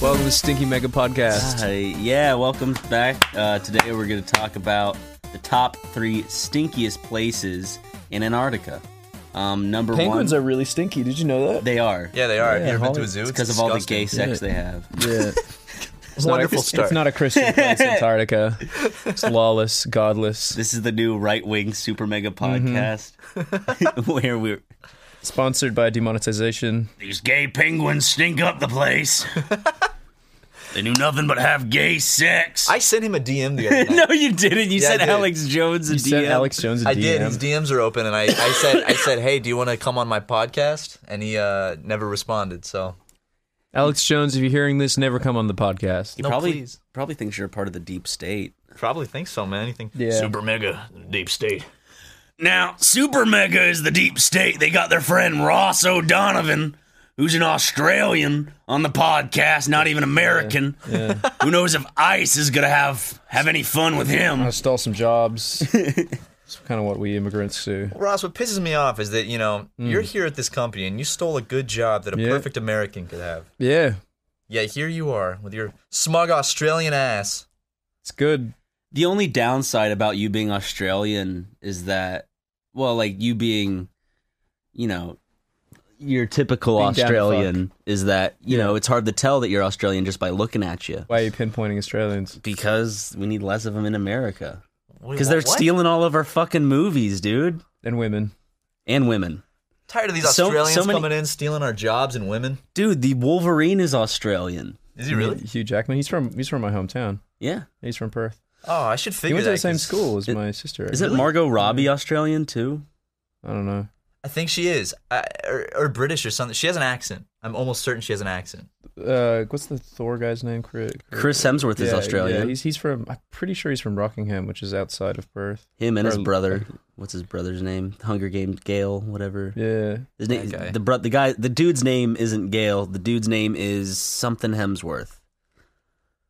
Welcome to Stinky Mega Podcast. Hi, yeah, welcome back. Uh, today we're going to talk about the top three stinkiest places in Antarctica. Um, number Penguins one, are really stinky. Did you know that? they are. Yeah, they are. Have you ever been to a zoo? because of all the gay sex they have. Yeah. It's Wonderful not, a, start. It's not a Christian place, Antarctica. It's lawless, godless. This is the new right wing super mega Mm-hmm. podcast where we're. Sponsored by demonetization. These gay penguins stink up the place. they do nothing but have gay sex. I sent him a DM the other night. no, you didn't. You Yeah, I sent did. Alex Jones a You DM. sent Alex Jones a I DM. did. His DMs are open, and I, I said, I said, hey, do you want to come on my podcast? And he uh, never responded. So Alex Jones, if you're hearing this, never come on the podcast. He No, probably please. probably thinks you're a part of the deep state. probably think so, man. Anything? Yeah. Super mega deep state. Now, Super Mega is the deep state. They got their friend Ross O'Donovan, who's an Australian, on the podcast, not even American. Who knows if ICE is gonna have have any fun with I him? stole some jobs. It's kind of what we immigrants do. Ross, what pisses me off is that you know you're here at this company and you stole a good job that a Hmm. Yeah. perfect American could have. Yeah, Yeah, here you are with your smug Australian ass. it's good. The only downside about you being Australian is that, well, like you being, you know, your typical Being down to Australian is that you Yeah. know it's hard to tell that you're Australian just by looking at you. Why are you pinpointing Australians? Because we need less of them in America. Wait, Because they're what? stealing all of our fucking movies, dude, And women. and women. Tired of these So- so Australians many- coming in stealing our jobs and women. Dude, the Wolverine is Australian. Is he really? Hugh Jackman. He's from he's from my hometown. Yeah. He's from Perth. Oh, I should He figure went to that, the same 'cause school as It- my sister. Isn't Margot Robbie Australian too? I don't know. I think she is, I, or, or British or something. She has an accent. I'm almost certain she has an accent. Uh, what's the Thor guy's name? Chris, Chris Hemsworth is Yeah, Australian. Yeah, he's he's from. I'm pretty sure he's from Rockingham, which is outside of Perth. Him and his Or- brother. What's his brother's name? Hunger Games Gale, whatever. Yeah, His name, That guy. the bro- the guy, the dude's name isn't Gale. The dude's name is something Hemsworth.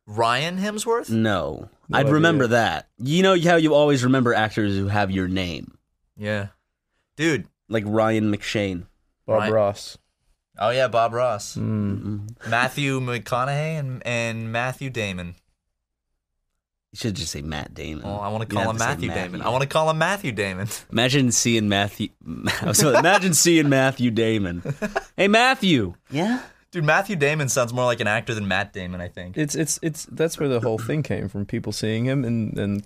Ryan Hemsworth? Mm. No, No I'd idea. remember that. You know how you always remember actors who have your name, Yeah, dude. like Ryan McShane. Bob Right. Ross. Oh yeah, Bob Ross, Mm. Mm-mm. Matthew McConaughey, and, and Matthew Damon. You should just say Matt Damon. Oh, I want You to call have him say Matthew Matt. Damon. I want to call him Matthew Damon. Imagine seeing Matthew. So imagine seeing Matthew Damon. Hey, Matthew. Yeah. Dude, Matthew Damon sounds more like an actor than Matt Damon. I think. It's it's it's that's where the whole thing came from. People seeing him and and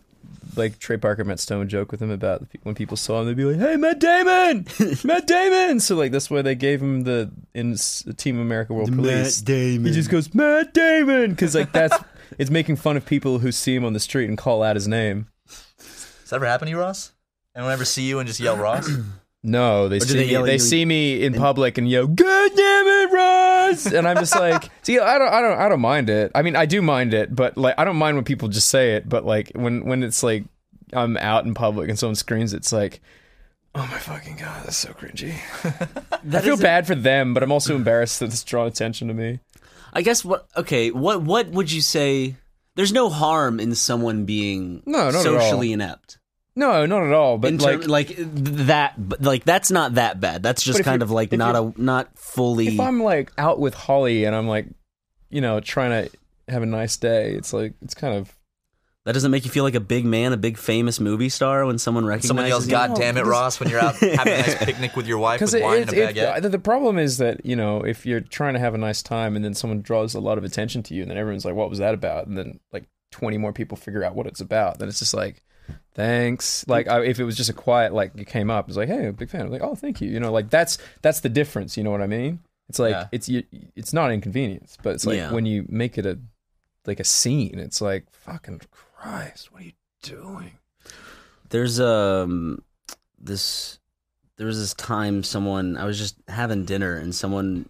like Trey Parker, Matt Stone would joke with him about the pe- when people saw him, they'd be like, "Hey, Matt Damon, Matt Damon." So like that's why they gave him the in S- Team America World Police. Damon. He just goes Matt Damon because like that's it's making fun of people who see him on the street and call out his name. Sounds that ever happen to you, Ross? Anyone ever see you and just yell Ross? No, they do see they me, yell at they you see me in public and yell, "God damn it, Ross!" And I'm just like, see, I don't, I don't, I don't mind it. I mean, I do mind it, but like, I don't mind when people just say it. But like, when when it's like I'm out in public and someone screams, it's like, oh my fucking god, that's so cringy. I feel bad for them, but I'm also embarrassed that it's drawn attention to me. I guess what? Okay, what what would you say? There's no harm in someone being No, not at all. socially inept. No, not at all. But in like, term, like th- that, but, like that's not that bad. That's But just if kind you're- of like if not you're- a not fully. if I'm like out with Holly and I'm like, you know, trying to have a nice day, it's like it's kind of That doesn't make you feel like a big man, a big famous movie star when someone recognizes Someone yells, you? "God damn it, Ross!" When you're out having a nice picnic with your wife because with it, uh, wine it, and a it, baguette. the, the problem is that you know if you're trying to have a nice time and then someone draws a lot of attention to you and then everyone's like what was that about and then like 20 more people figure out what it's about then it's just like thanks like I, if it was just a quiet like you came up it's like hey big fan I'm like oh thank you you know like that's that's the difference you know what i mean it's like Yeah. it's you, it's not inconvenience but it's like Yeah. when you make it a like a scene it's like fucking christ what are you doing there's um this there was this time someone I was just having dinner and someone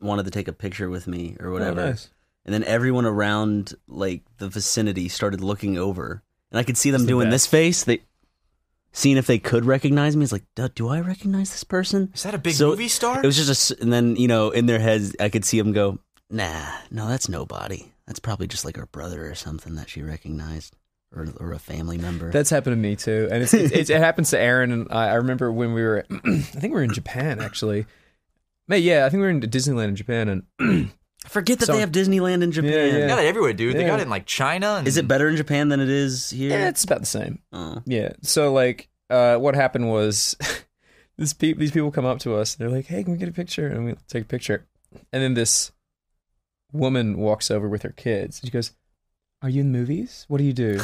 wanted to take a picture with me or whatever. oh, nice. And then everyone around like the vicinity started looking over. And I could see them It's the doing best. this face, they seeing if they could recognize me. It's like, "Duh, do I recognize this person? Is that a big So, movie star? It was just a s and then, you know, in their heads I could see them go, "Nah, no, that's nobody. That's probably just like her brother or something that she recognized or or a family member." That's happened to me too, and it's, it's, it's, it happens to Aaron. And I, I remember when we were, I think we were in Japan actually. Mate, yeah, I think we were in Disneyland in Japan, and I forget that So- they have Disneyland in Japan. they got it everywhere, dude. They Yeah. got it in like China. And Is it better in Japan than it is here? yeah, eh, it's about the same. Oh. Yeah. So like, uh, what happened was, this peop these people come up to us. And they're like, "Hey, can we get a picture?" And we take a picture, and then this woman walks over with her kids. And she goes, "Are you in the movies? What do you do?"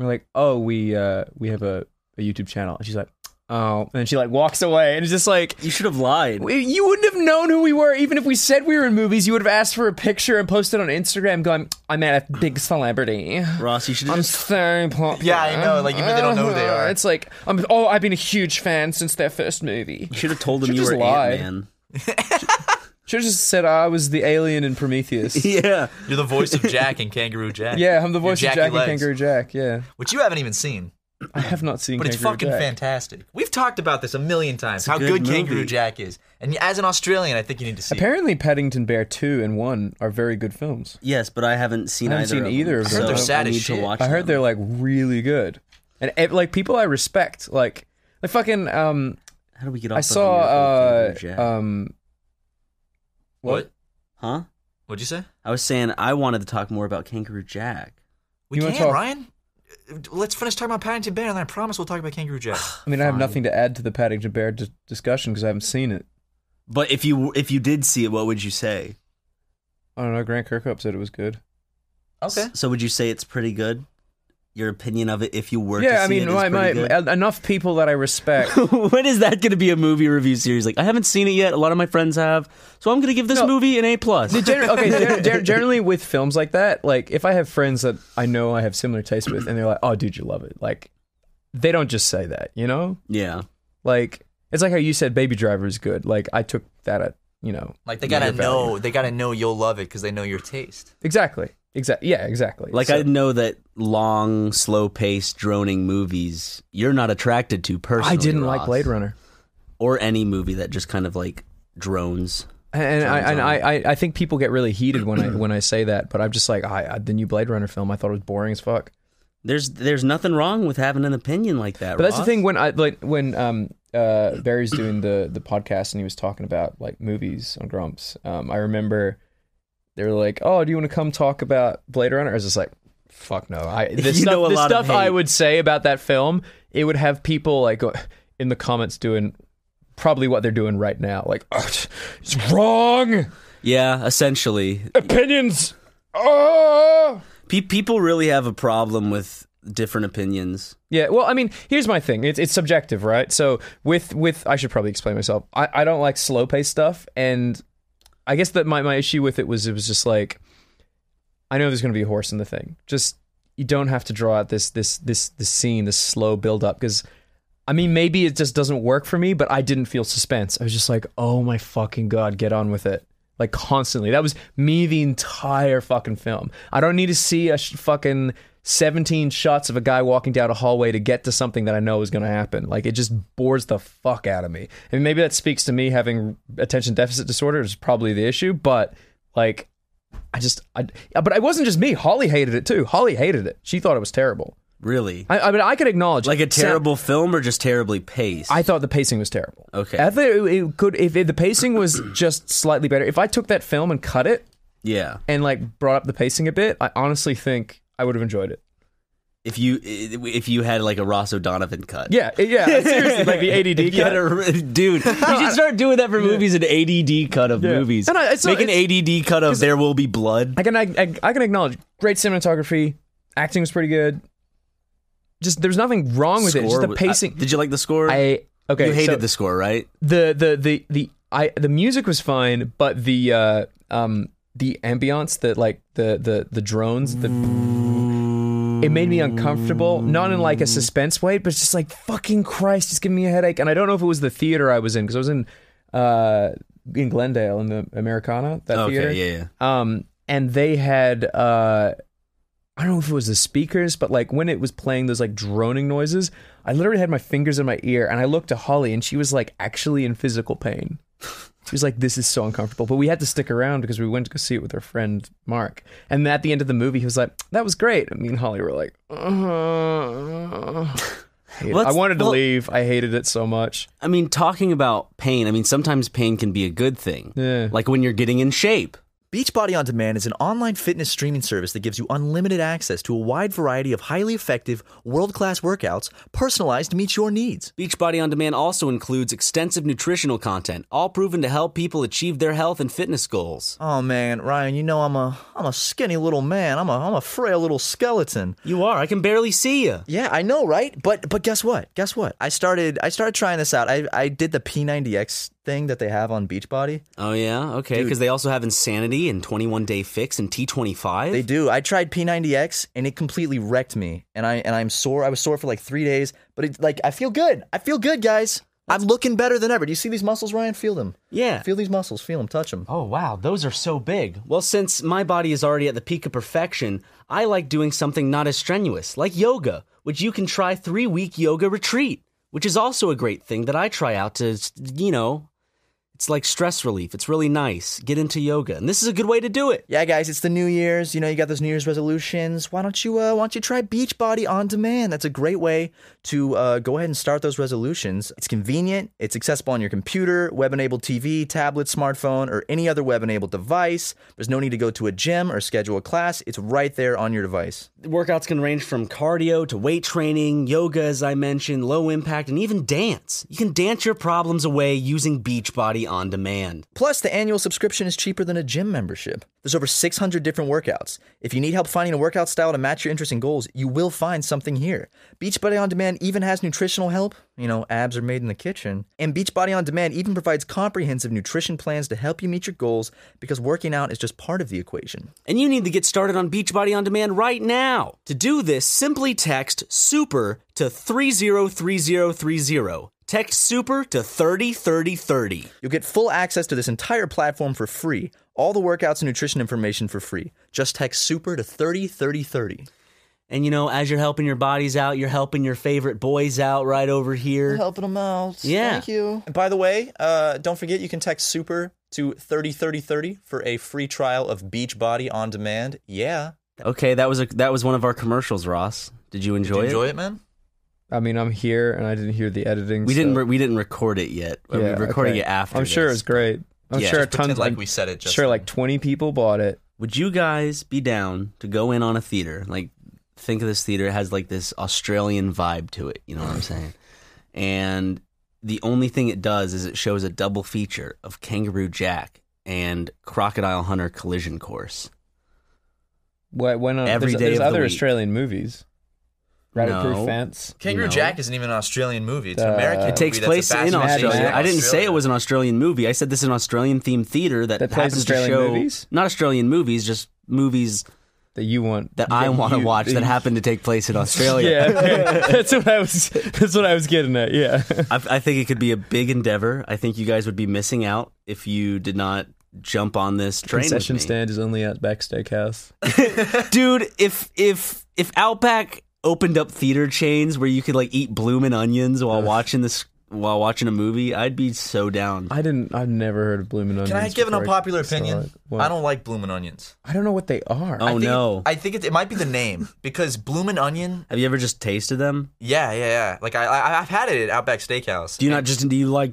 we're like, "Oh, we uh, we have a, a YouTube channel." And she's like, "Oh," and then she like walks away, and it's just like. You should have lied. We- You wouldn't have known who we were, even if we said we were in movies. You would have asked for a picture and posted on Instagram, going, "I'm at a big celebrity. Ross, you should have I'm just so popular." Yeah, I know, like, even they don't know who they are. It's like, I'm, oh, I've been a huge fan since their first movie. you should have told Should've him you just were lied. Ant Man. Should have just said I was the alien in Prometheus. Yeah. You're the voice of Jack and Kangaroo Jack. yeah, I'm the You're voice of Jackie Jack and Legs, Kangaroo Jack. Yeah, which you haven't even seen, I have not seen, but it's Kangaroo fucking Jack. fantastic. We've talked about this a million times. a how good good, Kangaroo movie. Jack is, and as an Australian, I think you need to see. it. Apparently, Paddington Bear two and one are very good films. Yes, but I haven't seen I haven't either. seen of either Them, of them. I heard so they're sad I as need shit. to watch. I heard them. they're like really good, and eh, like people I respect, like like fucking um How do we get off? I of saw here uh with Kangaroo Jack? um What? huh? What'd you say? I was saying I wanted to talk more about Kangaroo Jack. We You wanna can, talk- Ryan. Uh, Let's finish talking about Paddington Bear, and then I promise we'll talk about Kangaroo Jack. I mean I have nothing to add to the Paddington Bear d- discussion because I haven't seen it. But if you if you did see it, what would you say? I don't know. Grant Kirkhope said it was good. okay. So would you say it's pretty good? Your opinion of it, if you were to yeah, see I mean it, is my, my, pretty good? en- enough people that I respect. when is that going to be a movie review series? Like, I haven't seen it yet. A lot of my friends have, so I'm going to give this No. movie an A plus. The gener- okay, gen- gen- generally with films like that, like if I have friends that I know I have similar taste with, and they're like, "Oh, dude, you love it," like they don't just say that, you know? yeah, Like it's like how you said Baby Driver is good. Like I took that at you know Like they your gotta value. know, they gotta know you'll love it because they know your taste. Exactly. Exactly. Yeah. Exactly. like So- I know that long, slow paced, droning movies you're not attracted to personally. I didn't Ross. like Blade Runner, or any movie that just kind of like drones. and I and I, I, I think people get really heated when I when I say that. But I'm just like, I, I the new Blade Runner film, I thought it was boring as fuck. There's there's nothing wrong with having an opinion like that. But that's the Ross. thing when I like when um uh Barry's doing the the podcast and he was talking about like movies on Grumps. Um, I remember they were like, "Oh, do you want to come talk about Blade Runner?" I was just like, "Fuck no!" I the You stuff, know a the lot of stuff I hate. would say about that film, it would have people like go- in the comments doing probably what they're doing right now, like, "Oh, "It's wrong." Yeah, essentially, opinions. Oh. pe- people really have a problem with different opinions. Yeah, well, I mean, here's my thing. It's it's subjective, right? So with with I should probably explain myself. I, I don't like slow paced stuff, and I guess that my, my issue with it was it was just like I know there's gonna be a horse in the thing. Just you don't have to draw out this this this this scene, this slow build up because I mean maybe it just doesn't work for me, but I didn't feel suspense. I was just like, "Oh my fucking god, get on with it." Like constantly. That was me the entire fucking film. I don't need to see a sh- fucking 17 shots of a guy walking down a hallway to get to something that I know is going to happen. Like it just bores the fuck out of me. And maybe that speaks to me having attention deficit disorder is probably the issue, but like I just, I, but it wasn't just me. Holly hated it too. Holly hated it. She thought it was terrible. Really? I, I mean, I could acknowledge like a Sa- terrible film or just terribly paced? I thought the pacing was terrible. Okay. I thought it, it could if, if the pacing was just slightly better. If I took that film and cut it yeah. and like brought up the pacing a bit, I honestly think I would have enjoyed it. If you if you had like a Ross O'Donovan cut. Yeah, yeah, seriously, like the ADD You had cut. a, dude, you should start doing that for movies. An ADD cut of Yeah. movies. And I- it's Make not- an ADD cut of There Will Be Blood. I can, I, I, I can acknowledge great cinematography, acting was pretty good. Just there's nothing wrong with it. Just Score the was- pacing. I- did you like the score? I okay. you hated so- the score, right? the the the the I the music was fine, but the uh um the ambiance that like the the the drones the it made me uncomfortable, not in like a suspense way, but it's just like fucking Christ, it's giving me a headache. And I don't know if it was the theater I was in because I was in uh in Glendale in the Americana that okay, theater. yeah, yeah. Um, and they had uh, I don't know if it was the speakers, but like when it was playing those like droning noises, I literally had my fingers in my ear, and I looked to Holly, and she was like actually in physical pain. She was like, "This is so uncomfortable," but we had to stick around because we went to go see it with our friend Mark. And at the end of the movie, he was like, "That was great." And me and Holly were like, "Uh, hate it." "I Let's- wanted to well- leave. I hated it so much." I mean, talking about pain, I mean, sometimes pain can be a good thing. Yeah. Like when you're getting in shape. Beachbody On Demand is an online fitness streaming service that gives you unlimited access to a wide variety of highly effective, world class workouts personalized to meet your needs. Beachbody On Demand also includes extensive nutritional content, all proven to help people achieve their health and fitness goals. Oh man, Ryan, you know I'm a I'm a skinny little man. I'm a I'm a frail little skeleton. You are. I can barely see you. Yeah, I know, right? But but guess what? Guess what? I started I started trying this out. I I did the P90X thing that they have on Beachbody. Oh, yeah? Okay. Because they also have Insanity and 21 Day Fix and T25. They do. I tried P90X and it completely wrecked me. And I and I'm sore. I was sore for like 3 days, but it like I feel good. I feel good, guys. I'm looking better than ever. Do you see these muscles, Ryan? Feel them. yeah. Feel these muscles. Feel them. Touch them. Oh, wow. Those are so big. Well, since my body is already at the peak of perfection, I like doing something not as strenuous, like yoga, which you can try three week yoga retreat, which is also a great thing that I try out to, you know, it's like stress relief. It's really nice. Get into yoga. And this is a good way to do it. Yeah, guys, it's the New Year's. You know, you got those New Year's resolutions. Why don't you, uh, why don't you try Beachbody on demand? That's a great way to uh, go ahead and start those resolutions. It's convenient. It's accessible on your computer, web-enabled TV, tablet, smartphone, or any other web-enabled device. There's no need to go to a gym or schedule a class. It's right there on your device. Workouts can range from cardio to weight training, yoga, as I mentioned, low impact, and even dance. You can dance your problems away using Beachbody on demand. Plus, the annual subscription is cheaper than a gym membership. There's over 600 different workouts. If you need help finding a workout style to match your interests and goals, you will find something here. Beachbody On Demand even has nutritional help. You know, abs are made in the kitchen. And Beachbody On Demand even provides comprehensive nutrition plans to help you meet your goals because working out is just part of the equation. And you need to get started on Beachbody On Demand right now. To do this, simply text SUPER to 303030. Text SUPER to 303030. You'll get full access to this entire platform for free. All the workouts and nutrition information for free. Just text SUPER to 303030. And you know, as you're helping your bodies out, you're helping your favorite boys out right over here. helping them out. Yeah. Thank you. And by the way, uh, don't forget you can text super to 303030 for a free trial of Beachbody on demand. Yeah. Okay, that was a that was one of our commercials, Ross. Did you enjoy, it? man? I mean, I'm here and I didn't hear the editing. We didn't so- re- we didn't record it yet. We're recording okay. it after. I'm sure this. it's great. I'm Yeah. sure Just tons. I'm said it sure, like 20 people bought it. Would you guys be down to go in on a theater? Like, think of this theater it has like this Australian vibe to it. You know what I'm saying? And the only thing it does is it shows a double feature of Kangaroo Jack and Crocodile Hunter Collision Course. Why, why not? there's, Every day there's of the other week. Australian movies. Rabbit No. Proof Fence. Kangaroo No. Jack isn't even an Australian movie. It's an Uh, American. It It takes movie that's place a in fascination Australia. Jack. I didn't say it was an Australian movie. I said this is an Australian themed theater that, That plays happens to Australian show movies? not Australian movies, just movies that you want that I want to you- watch that you- happened to take place in Australia. Yeah, okay. that's what I was. That's what I was getting at. Yeah, I, I think it could be a big endeavor. I think you guys would be missing out if you did not jump on this train. with concession me. stand is only at back steakhouse. dude. If if if Outback opened up theater chains where you could like eat bloomin' onions while watching this while watching a movie, I'd be so down. I didn't. I've never heard of Bloomin' Onions. Can I give an before unpopular saw opinion? it. What? I don't like bloomin' onions. I don't know what they are. Oh I think no! It, I think it, it might be the name because bloomin' onion. Have you ever just tasted them? Yeah, yeah, yeah. Like I, I, I've had it at Outback Steakhouse. Do you not just do you like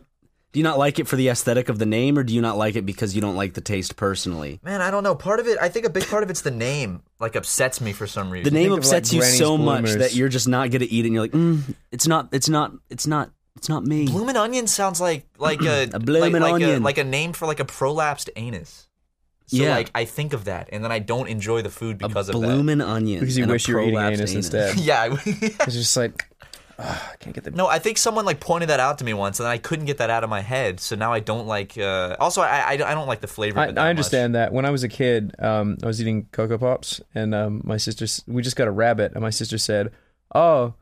do you not like it for the aesthetic of the name, or do you not like it because you don't like the taste personally? Man, I don't know. Part of it, I think a big part of it's the name. Like upsets me for some reason. The name of, like, upsets you Granny's so much Bloomers. that you're just not gonna eat it, and you're like, mm, it's not, it's not, it's not, it's not me. Bloomin' Onion sounds like like a, Mm. A bloomin' like, like onion. a, like a name for like a prolapsed anus. So Yeah. like I think of that, and then I don't enjoy the food a because of bloomin' onion. because you and a wish you were eating prolapsed anus, instead. that. Yeah. I- It's just like ah, I can't get the. no, I think someone like pointed that out to me once, and I couldn't get that out of my head. So now I don't like. Uh, also, I, I I don't like the flavor. I, of it that I understand that. When I was a kid, um, I was eating Cocoa Pops, and um, my sister, s- we just got a rabbit, and my sister said, "Oh,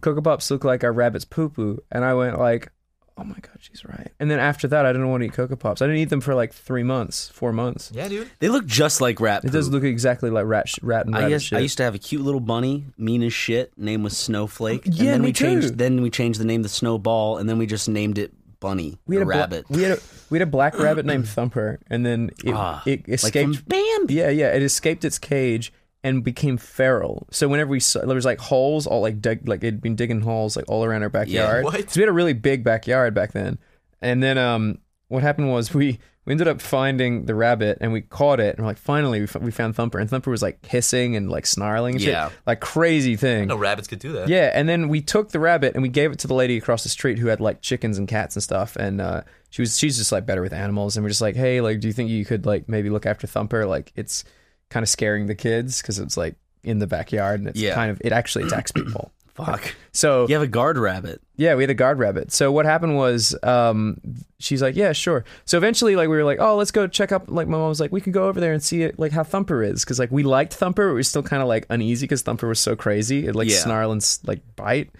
Cocoa Pops look like our rabbit's poo poo," and I went like, "Oh my god, she's right." And then after that, I didn't want to eat Cocoa Pops. I didn't eat them for like three months, four months. Much. Yeah, dude. They look just like rat. It does poop. look exactly like rat, sh- rat and I, rabbit guess, shit. I used to have a cute little bunny, mean as shit. Name was Snowflake. and Yeah, then me we changed. too. Then we changed the name to Snowball, and then we just named it Bunny. we had or a bla- rabbit. we had a we had a black rabbit named Thumper, and then it, Ah, it like escaped from Bambi. Yeah, yeah. It escaped its cage and became feral. So whenever we saw, there was like holes all like dug, like it'd been digging holes like all around our backyard. What? So we had a really big backyard back then. And then um, what happened was we we ended up finding the rabbit and we caught it and we're like finally we, f- we found Thumper and Thumper was like hissing and like snarling and shit, Yeah. like crazy thing. No rabbits could do that. Yeah, and then we took the rabbit and we gave it to the lady across the street who had like chickens and cats and stuff, and uh, she was she's just like better with animals, and we're just like, hey, like, do you think you could like maybe look after Thumper? Like, it's kind of scaring the kids because it's like in the backyard and it's Yeah. kind of it actually attacks people. Fuck. So You have a guard rabbit. yeah, we had a guard rabbit. So what happened was, um, she's like, yeah, sure. So eventually, like, we were like, oh, let's go check up. Like, my mom was like, we could go over there and see it, like how Thumper is, because like we liked Thumper, but we were still kind of like uneasy because Thumper was so crazy, it like Yeah. snarl and s- like bite.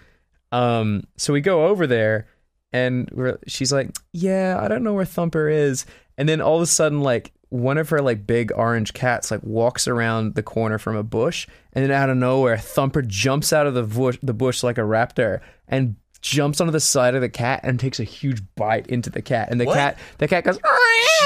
Um, so we go over there, and we're, she's like, yeah, I don't know where Thumper is. And then all of a sudden, like one of her like big orange cats like walks around the corner from a bush, and then out of nowhere, Thumper jumps out of the bush, the bush like a raptor, and jumps onto the side of the cat and takes a huge bite into the cat, and the What? cat the cat goes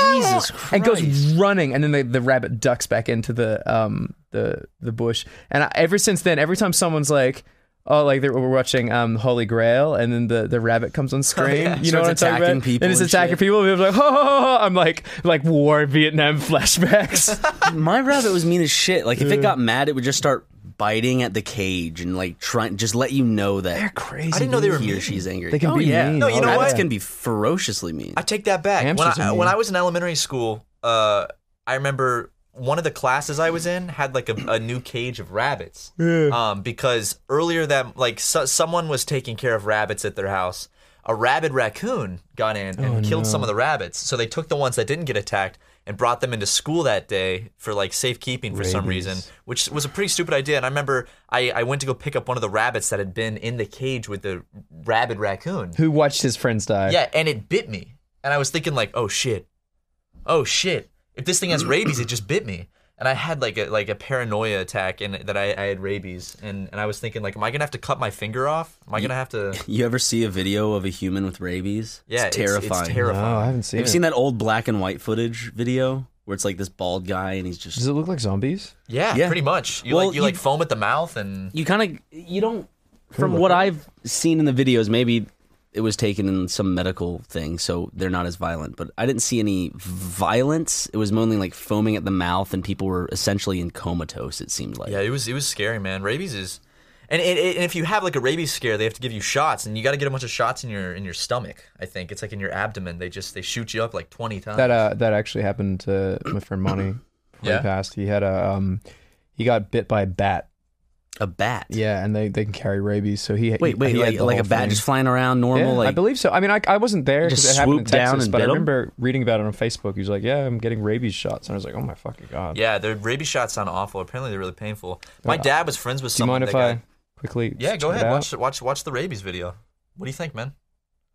Jesus and goes running, and then the, the rabbit ducks back into the um the the bush, and I, ever since then, every time someone's like. Oh, like they we're watching um, Holy Grail, and then the, the rabbit comes on screen. You know what I'm Oh, Starts talking attacking about? people and it's and attacking shit. people. And people are like, ho, ho, ho, ho. I'm like, like war Vietnam flashbacks. My rabbit was mean as shit. Like if it got mad, it would just start biting at the cage and like trying just let you know that they're crazy. I didn't know they were he or mean. she's angry. They can oh, be yeah. mean. No, you Oh, know yeah. rabbits what? can be ferociously mean. I take that back. When Hamsters I, are when mean. I was in elementary school, uh, I remember one of the classes I was in had like a, a new cage of rabbits. Um, because earlier that like so, someone was taking care of rabbits at their house. A rabid raccoon got in and Oh, killed some of the rabbits. So they took the ones that didn't get attacked and brought them into school that day for like safekeeping for some reason, which was a pretty stupid idea. And I remember I, I went to go pick up one of the rabbits that had been in the cage with the rabid raccoon. Who watched his friends die? Yeah, and it bit me. And I was thinking like, oh shit. Oh shit. If this thing has rabies, it just bit me. And I had like a like a paranoia attack and that I, I had rabies and, and I was thinking like, am I gonna have to cut my finger off? Am I gonna have to You ever see a video of a human with rabies? Yeah, it's terrifying. It's, No, Oh, I terrifying. haven't seen Have you it. seen that old black and white footage video where it's like this bald guy and he's Does just it look like zombies? yeah, Yeah. pretty much. You Well, like you, you- like foam at the mouth and you kind of you don't from what I've seen in the videos maybe it was taken in some medical thing so they're not as violent but I didn't see any violence it was mainly like foaming at the mouth and people were essentially in comatose it seemed like yeah, it was it was scary, man. Rabies is and, it, it- and if you have like a rabies scare, they have to give you shots, and you got to get a bunch of shots in your in your stomach. I think it's like in your abdomen. They just they shoot you up like twenty times. That uh, that actually happened to my friend Monty. before Yeah. He passed. He had a um, he got bit by a bat, A bat. Yeah, and they, they can carry rabies. So he Wait, wait, he had like the like whole a bat thing. just flying around normal, Yeah, like I believe so. I mean, I, I wasn't there Just because it happened in swooped down Texas, and but I bit 'em? remember reading about it on Facebook. He was like, "Yeah, I'm getting rabies shots," and I was like, "Oh my fucking god!" Yeah, their rabies shots sound awful. Apparently, they're really painful. My dad was friends with Uh, Do you someone. mind if that I quickly? Got, yeah, go check it ahead. out? Watch watch watch the rabies video. What do you think, man?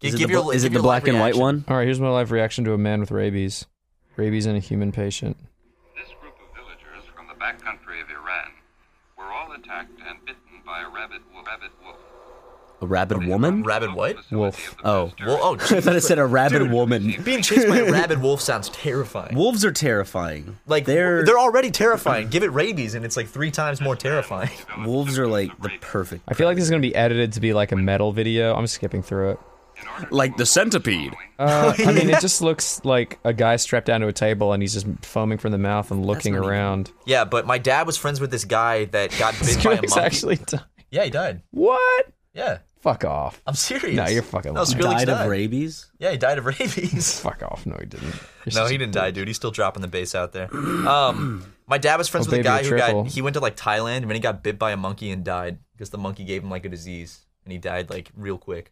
G- Is it, give the, your- bl- is give it the your black live and white reaction. one? All right, here's my live reaction to a man with rabies, rabies in a human patient. This group of villagers from the back country of Iran were all attacked and bitten by a rabid, wo- rabid wolf. A rabid woman? Rabid what? Wolf. Oh. Well, oh, I jeez. thought it said a rabid Dude, woman. Being chased by a rabid wolf sounds terrifying. Wolves are terrifying. Like they're they're already terrifying. Give it rabies, and it's like three times more terrifying. wolves are like the perfect. I feel like this is gonna be edited to be like a metal video. I'm skipping through it. Like the centipede. Uh, I mean, it just looks like a guy strapped down to a table and he's just foaming from the mouth and looking around. Yeah, but my dad was friends with this guy that got This bit by a guy's monkey. actually dying. Yeah, he died. What? Yeah, Fuck off. I'm serious. No, you're fucking That was lying. really died sad. of rabies. Yeah, he died of rabies. Fuck off. No, he didn't. You're no, such he a didn't dick. die, dude. He's still dropping the bass out there. Um, my dad was friends Oh, with a baby, guy a who got triple. he went to like Thailand and then he got bit by a monkey and died because the monkey gave him like a disease and he died like real quick.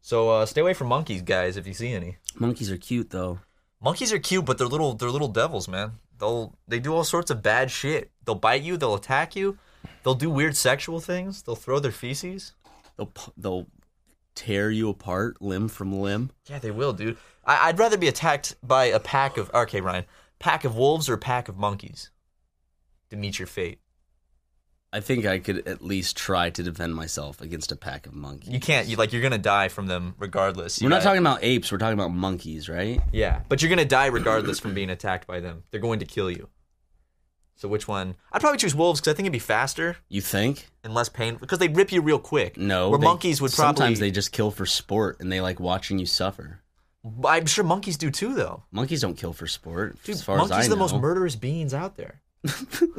So uh, stay away from monkeys, guys, if you see any. Monkeys are cute though. Monkeys are cute, but they're little they're little devils, man. They'll they do all sorts of bad shit. They'll bite you, they'll attack you, they'll do weird sexual things, they'll throw their feces. They'll pu- they'll tear you apart limb from limb. Yeah, they will, dude. I, I'd rather be attacked by a pack of okay, Ryan, pack of wolves or a pack of monkeys to meet your fate. I think I could at least try to defend myself against a pack of monkeys. You can't. You like you're gonna die from them regardless. You We're not gotta- talking about apes. We're talking about monkeys, right? Yeah, but you're gonna die regardless from being attacked by them. They're going to kill you. So which one? I'd probably choose wolves because I think it'd be faster You think? and less painful because they rip you real quick. No. where they- monkeys would probably. sometimes they just kill for sport and they like watching you suffer. I'm sure monkeys do too, though. Monkeys don't kill for sport. Dude, as far monkeys as I are know, the most murderous beings out there.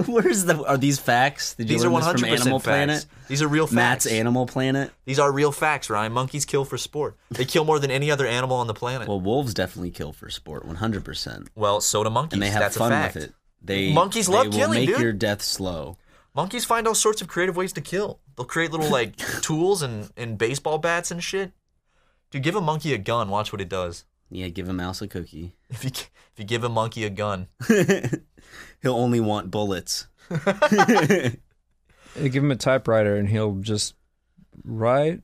Where's the? Are these facts? Did These you are learn 100 this from percent Animal Planet? facts. These are real facts. Matt's Animal Planet. These are real facts, Ryan. Monkeys kill for sport. They kill more than any other animal on the planet. Well, Well, wolves definitely kill for sport, one hundred percent, so do monkeys. and they have That's fun a fact. with it. They Monkeys they love will killing, Make dude. your death slow. Monkeys find all sorts of creative ways to kill. They'll create little like tools and, and baseball bats and shit. Dude, give a monkey a gun. Watch what it does. Yeah, give a mouse a cookie. If you if you give a monkey a gun, He'll only want bullets. They give him a typewriter and he'll just write.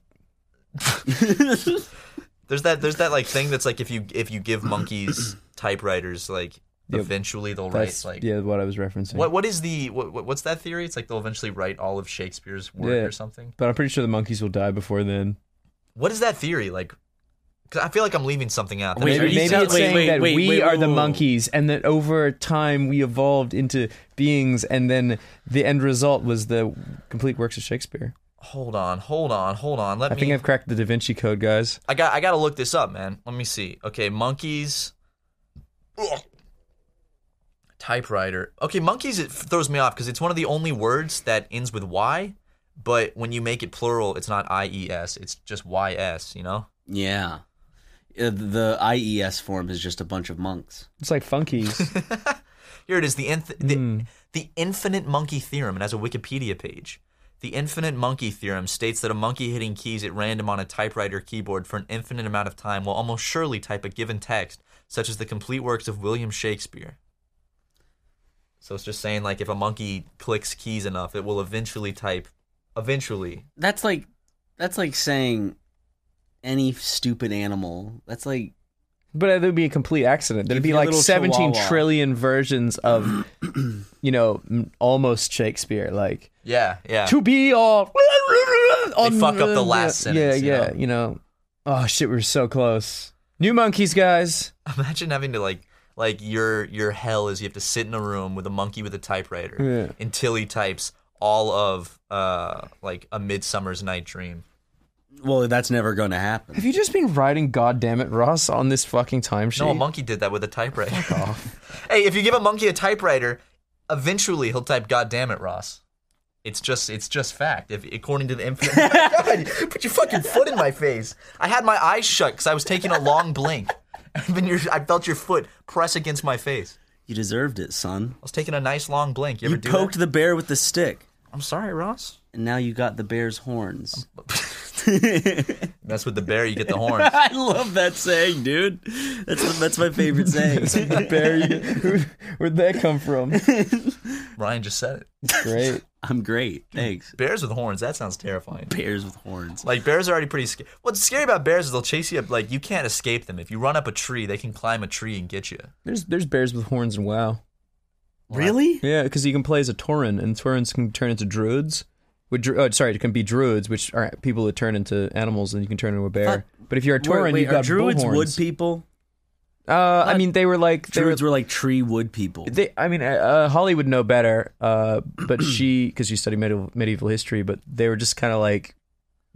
there's that there's that like thing that's like if you if you give monkeys typewriters, like eventually they'll write That's like yeah, what I was referencing. what what is the what what- what's that theory? It's like they'll eventually write all of Shakespeare's work Yeah. or something. But I'm pretty sure the monkeys will die before then. What is that theory like? 'cause I feel like I'm leaving something out. Wait, are maybe you maybe tell- it's wait, saying wait, that wait, we wait, are whoa, the whoa, whoa. monkeys, and that over time we evolved into beings, and then the end result was the complete works of Shakespeare. hold on, hold on, hold on. Let I me. think I've cracked the Da Vinci Code, guys. I got I gotta look this up, man. Let me see. Okay, monkeys. Ugh. Typewriter. Okay, monkeys. It throws me off because it's one of the only words that ends with y, but when you make it plural, it's not i e s. It's just y s. You know. Yeah, Uh, the IES form is just a bunch of monks. It's like funkies. Here it is. The inf- the, the infinite monkey theorem. It has a Wikipedia page. The infinite monkey theorem states that a monkey hitting keys at random on a typewriter keyboard for an infinite amount of time will almost surely type a given text, such as the complete works of William Shakespeare. So it's just saying like if a monkey clicks keys enough, it will eventually type. Eventually, That's like that's like saying any stupid animal. That's like But it would be a complete accident. There'd You'd be, be a like little 17 chihuahua. trillion versions of, you know, m- almost Shakespeare. Like, yeah, yeah. to be all. They fuck up the last yeah, sentence, you Yeah, yeah. know? You know, oh shit, we were so close. New monkeys, guys. Imagine having to like like your your hell is you have to sit in a room with a monkey with a typewriter Yeah. until he types all of uh like a midsummer's night dream. well, that's never going to happen. Have you just been writing goddamn it, Ross, on this fucking time sheet? No, a monkey did that with a typewriter. hey, if you give a monkey a typewriter, eventually he'll type "God damn it, Ross." It's just it's just fact. If according to the infinite, God, put your fucking foot in my face. I had my eyes shut because I was taking a long blink, and then your, I felt your foot press against my face. You deserved it, son. I was taking a nice long blink. You You, ever do poked that? the bear with the stick, I'm sorry, Ross. and now you got the bear's horns. That's with the bear you get the horns. I love that saying, dude. That's the, that's my favorite eh? saying. Bear, you- who- where'd that come from? Ryan just said it. Great. I'm great. Thanks. Bears with horns. That sounds terrifying. Bears with horns. Like bears are already pretty scary. What's scary about bears is they'll chase you up. Like you can't escape them. If you run up a tree, they can climb a tree and get you. There's there's bears with horns and wow. Really? Yeah, because you can play as a tauren, and taurens can turn into druids. With dru- oh, sorry, it can be druids, which are people who turn into animals, and you can turn into a bear. but if you're a tauren, wait, you've got are druids bull wood horns. people? uh, I mean, they were like they were, Druids were like tree wood people. They, I mean, uh, uh, Holly would know better, uh, but she because she studied medieval, medieval history. But they were just kind of like,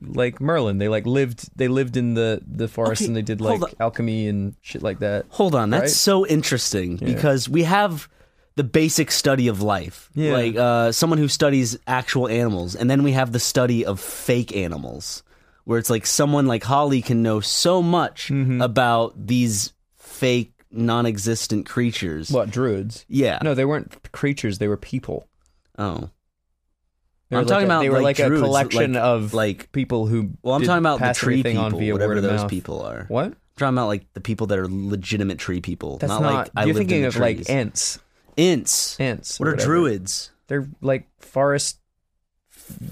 like Merlin. They like lived. They lived in the the forest, Okay, and they did hold like on. alchemy and shit like that. Hold on, that's Right? so interesting because we have the basic study of life, Yeah. like uh, someone who studies actual animals, and then we have the study of fake animals, where it's like someone like Holly can know so much Mm-hmm. about these fake, non-existent creatures. What druids? Yeah. No, they weren't creatures. They were people. Oh. They I'm were talking like a- about, they were like, like, druids, a collection like- of like- people who. Well, I'm did talking about the pass tree everything people, on via whatever word of those mouth. people are. What? I'm talking about like the people that are legitimate tree people. That's not, not. like I you're lived in thinking the of trees. like ants. Ents. Ants. What or are whatever. druids? They're like forest,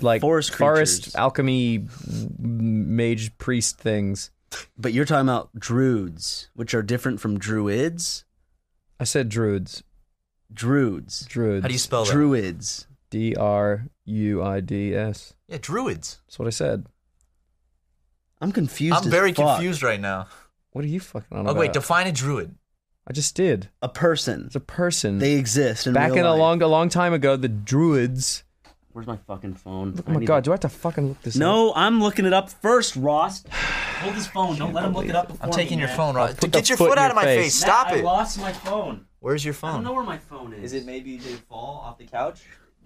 like Forest creatures. forest alchemy, m- mage priest things. But you're talking about druids, which are different from druids. I said druids. Druids. Druids. How do you spell that? Druids. D R U I D S. Yeah, druids. That's what I said. I'm confused. I'm as very fuck. confused right now. What are you fucking on Oh about? wait, define a druid. I just did. A person. It's a person. They exist in Back real in a life. long, a long time ago, the druids. Where's my fucking phone? Oh my god, do I have to fucking look this up? No, I'm looking it up first, Ross. Hold his phone. Don't let him look it up. I'm before taking me, your man. phone, I'll Ross. put Get the your foot foot in your out of my face. face. Stop Matt, I it. lost my phone. Where's your I don't know phone? where my phone is. Is it maybe did it fall off the couch?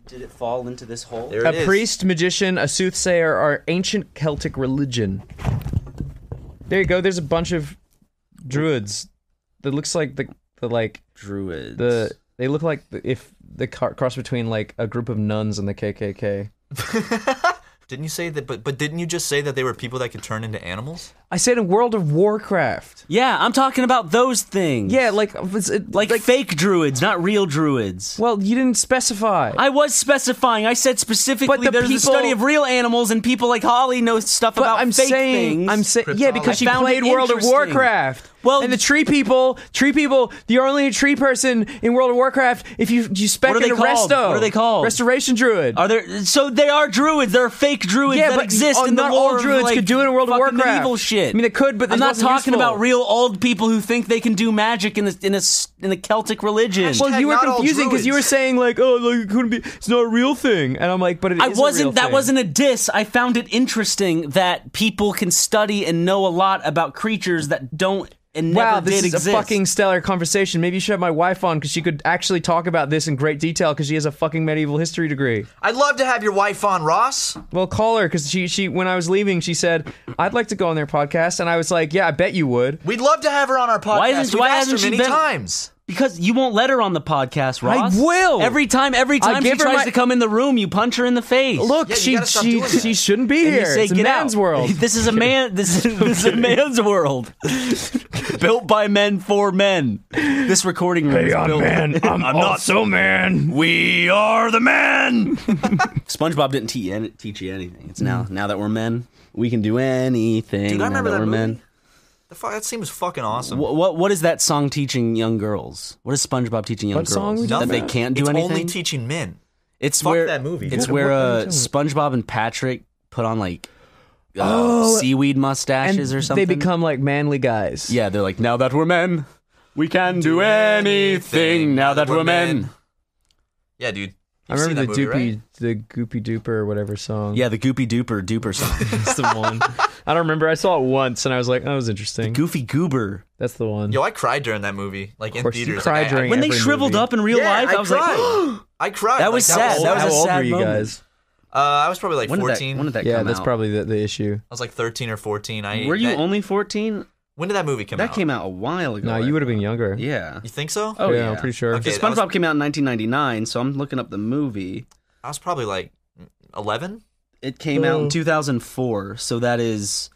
Did it fall into this hole? There it A is. priest, magician, a soothsayer are ancient Celtic religion. There you go. There's a bunch of druids. That looks like the the like Druids. the they look like the, if the car, cross between like a group of nuns and the KKK. Didn't you say that? But but didn't you just say that they were people that could turn into animals? I said in World of Warcraft. yeah, I'm talking about those things. Yeah, like was it, like, fake druids, not real druids. Well, you didn't specify. I was specifying. I said specifically But the there's a people- study of real animals and people like Holly know stuff but about I'm fake saying, things. I'm saying, yeah, because she I found played it World of interesting. Warcraft. Well, and the tree people, tree people, you're only a tree person in World of Warcraft if you you spec What are in they a called? resto. What are they called? Restoration druid. Are there? So they are druids. They're fake druids yeah, that but exist oh, in the not lore all of, druids like, could do it in World of fucking Warcraft. medieval shit. I mean, they could, but I'm this not wasn't talking useful. about real old people who think they can do magic in the in a s- in the Celtic religion. Well, Well, you were Not all confusing because you were druids. saying like, oh, like, it couldn't be. It's not a real thing, and I'm like, but it is I a real wasn't. That thing. wasn't a diss. I found it interesting that people can study and know a lot about creatures that don't and never Wow, this did is exist. a fucking stellar conversation. Maybe you should have my wife on because she could actually talk about this in great detail because she has a fucking medieval history degree. I'd love to have your wife on, Ross. Well, call her because she she when I was leaving, she said I'd like to go on their podcast, and I was like, yeah, I bet you would. We'd love to have her on our podcast. Why isn't- We've why asked her hasn't she many been- times. Because you won't let her on the podcast, I Ross. will. Every time, every I time she give her tries my- to come in the room, you punch her in the face. Look, she she she shouldn't be And you here. say, it's a "Get man's out." world. This is a man. This is, this is a man's world, built by men for men. This recording room is built. man. We are the man. SpongeBob didn't te- an- teach you anything. It's now Mm. now that we're men, we can do anything. Dude, I now remember that we're men. movie. The fu- that scene was fucking awesome. What, what what is that song teaching young girls? What is SpongeBob teaching young What girls song was that Nothing. they can't do it's anything? only teaching men. it's Fuck where that movie. It's dude. where what are you uh, talking SpongeBob and Patrick put on like uh, Oh, seaweed and mustaches or something. they become like manly guys. yeah. They're like now that we're men, we can do anything. Now that we're men. Yeah, dude. I You've seen remember the that doopy, movie, right? the goopy duper or whatever song. Yeah, the Goopy Dooper Duper song. that's the one. I don't remember. I saw it once and I was like, that was interesting. Goofy Goober. That's the one. Yo, I cried during that movie. Like in course you theaters. Like, cried I- during I, When they every shriveled movie. up in real Yeah, life, I, was like, cried. I cried. That was like, sad. That was How a old sad were you moment. guys? Uh, I was probably like when did that- 14. when did that yeah, come that's out? probably the, the issue. I was like 13 or 14. I Were you that- only 14? When did that movie come That out? came out a while ago. No, you would have been younger. Yeah. You think so? Oh, I'm yeah. pretty sure. Okay. Because that was- SpongeBob came out in 1999, so I'm looking up the movie. I was probably like 11. It came out in Mm. 2004, so that is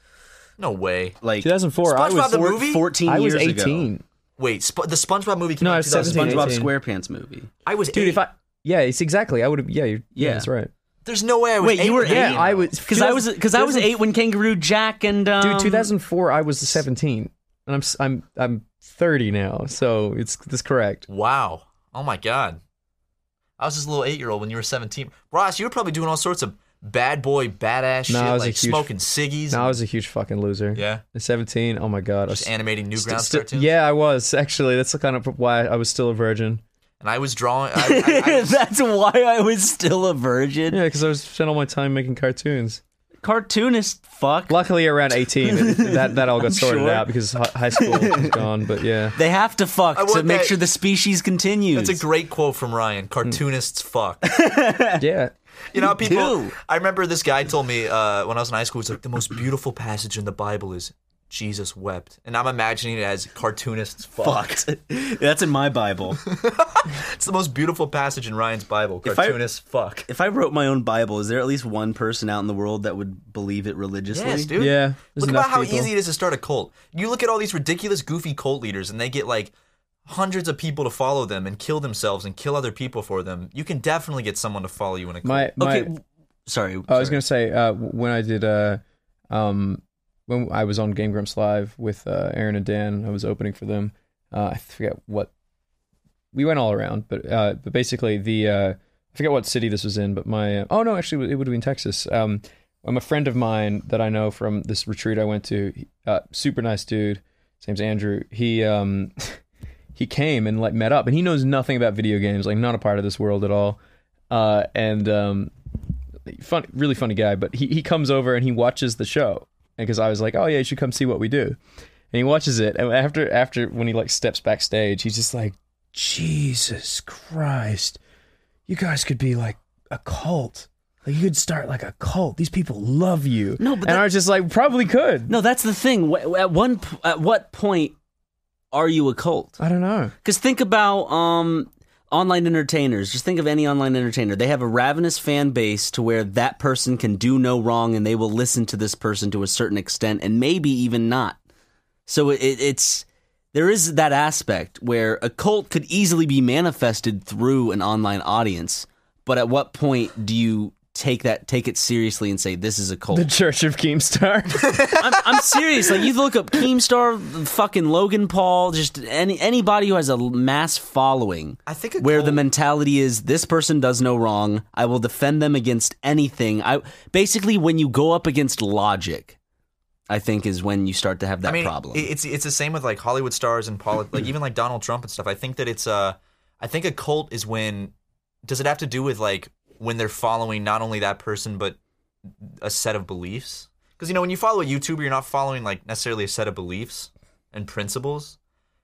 No way. like 2004. I SpongeBob was the four- movie? 14 I was years ago. 18. Wait, Sp- the SpongeBob movie came No, I out in was 17, 2000. 18. SpongeBob SquarePants movie. I was Dude, eight. if I yeah, it's exactly. I would have yeah, you Yeah. yeah, that's right. There's no way I was Wait, eight you were when that eight? came Yeah, I out. was Because I was because I was 8 when Kangaroo Jack and um, Dude, 2004 I was 17 and I'm s- I'm I'm 30 now. So it's this correct. Wow. Oh my god. I was just a little eight year old when you were seventeen. Ross, you were probably doing all sorts of bad boy, badass No, shit, I was a like huge- smoking ciggies. Now and I was a huge fucking loser. Yeah. At 17. Oh my god. I was just animating Newgrounds st- grounds st- cartoons. yeah, I was actually. That's the kind of why I was still a virgin. And I was drawing. I, I, I was- That's why I was still a virgin. Yeah, because I was spent all my time making cartoons. Cartoonist fuck. Luckily, around 18, it- that that all got sorted sure. out because hi- high school was gone. But yeah, They have to fuck I to want make that- sure the species continues. that's a great quote from Ryan. Hmm. Cartoonists fuck. yeah. You know, how people. do. I remember this guy told me uh, when I was in high school. He's like, the most beautiful passage in the Bible is Jesus wept, and I'm imagining it as cartoonists fuck. fucked. That's in my Bible. It's the most beautiful passage in Ryan's Bible. If I- Cartoonists fuck. if I wrote my own Bible, is there at least one person out in the world that would believe it religiously? Yes, dude. Yeah, there's Look about enough how people. easy it is to start a cult. You look at all these ridiculous, goofy cult leaders, and they get like hundreds of people to follow them and kill themselves and kill other people for them. You can definitely get someone to follow you in a cult. My my. Okay. w- Sorry. I was sorry. gonna say uh, w- when I did uh, um, when I was on Game Grumps Live with uh, Aaron and Dan, I was opening for them. Uh, I forget what we went all around, but uh, but basically the uh, I forget what city this was in, but my oh no, actually it would have been Texas. Um, I'm a friend of mine that I know from this retreat I went to. he- Uh, super nice dude. His name's Andrew. He um, he came and like met up, and he knows nothing about video games, like not a part of this world at all. Uh, and um, fun, really funny guy, but he, he comes over and he watches the show because I was like, oh yeah, you should come see what we do, and he watches it. And after after when he like steps backstage, he's just like, Jesus Christ, you guys could be like a cult. Like you could start like a cult. These people love you. No, but and that- I was just like, probably could. No, that's the thing. Wh- At one, p- at what point are you a cult? I don't know. Because think about um, online entertainers. Just think of any online entertainer. They have a ravenous fan base to where that person can do no wrong, and they will listen to this person to a certain extent, and maybe even not. So it, it, it's there is that aspect where a cult could easily be manifested through an online audience. But at what point do you take that take it seriously and say this is a cult? The Church of Keemstar. I'm, I'm serious. Like you look up Keemstar, fucking Logan Paul, just any anybody who has a mass following, I think a where the cult- mentality is this person does no wrong. I will defend them against anything. I basically when you go up against logic, I think is when you start to have that I mean, problem. Mm-hmm. it- It's it's the same with like Hollywood stars and poli- like even like Donald Trump and stuff. I think that it's uh, I think a cult is when does it have to do with like when they're following not only that person but a set of beliefs? Because you know when you follow a YouTuber, you're not following like necessarily a set of beliefs and principles.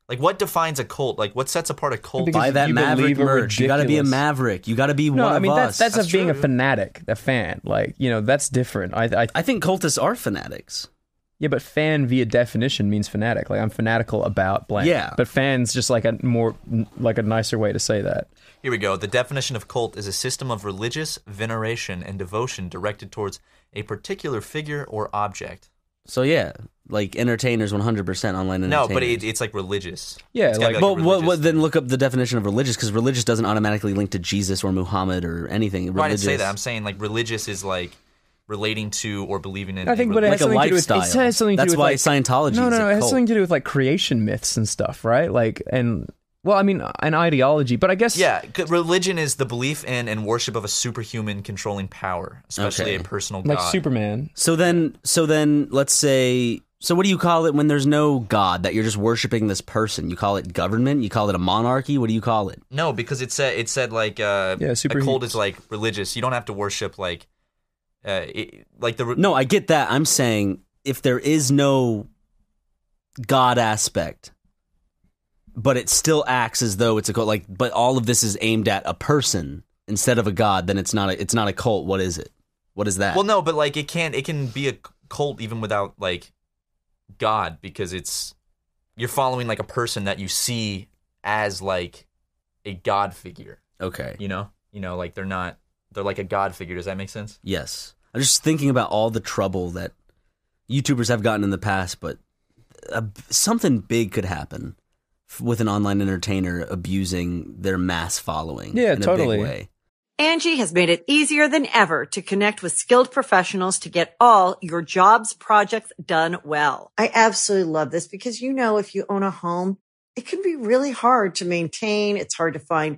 Like what defines a cult? Like what sets apart a cult? Because Buy that you Maverick believe a merch. You got to be a ridiculous- Maverick. You got to be no, one I mean of that's us. that's, of being a true. fanatic, a fan. Like you know, that's different. I I I think cultists are fanatics. Yeah, but fan via definition means fanatic. Like I'm fanatical about blank. Yeah. But fans just like a more like a nicer way to say that. Here we go. The definition of cult is a system of religious veneration and devotion directed towards a particular figure or object. So yeah, like entertainers, one hundred percent online No, entertainers. but it, it's like religious. Yeah, It's gotta like, be but a what, religious- what, then look up the definition of religious because religious doesn't automatically link to Jesus or Muhammad or anything. Religious. Well, I didn't say that. I'm saying like religious is like relating to or believing in. I think, a but it has religion. something to do with it has something to do with like, No, no, no it has something to do with like creation myths and stuff, right? Like and well, I mean, an ideology, but I guess Yeah, c- religion is the belief in and worship of a superhuman controlling power, especially a personal god. Superman. So then, so then, let's say. So what do you call it when there's no God that you're just worshiping this person? You call it government? You call it a monarchy? What do you call it? No, because it said it said like uh, Yeah, a superhu- cult is like religious. You don't have to worship like uh, it, like the re- No, I get that. I'm saying if there is no God aspect, but it still acts as though it's a cult. Like, but all of this is aimed at a person instead of a God. Then it's not a it's not a cult. What is it? What is that? Well, no, but like it can't. It can be a cult even without like God, because it's you're following like a person that you see as like a God figure. Okay. You know, you know, like they're not. They're like a God figure. Does that make sense? Yes. I'm just thinking about all the trouble that YouTubers have gotten in the past, but uh something big could happen f- with an online entertainer abusing their mass following. Yeah, in totally. A big way. Angie has made it easier than ever to connect with skilled professionals to get all your jobs projects done well. I absolutely love this because, you know, if you own a home, It can be really hard to maintain. It's hard to find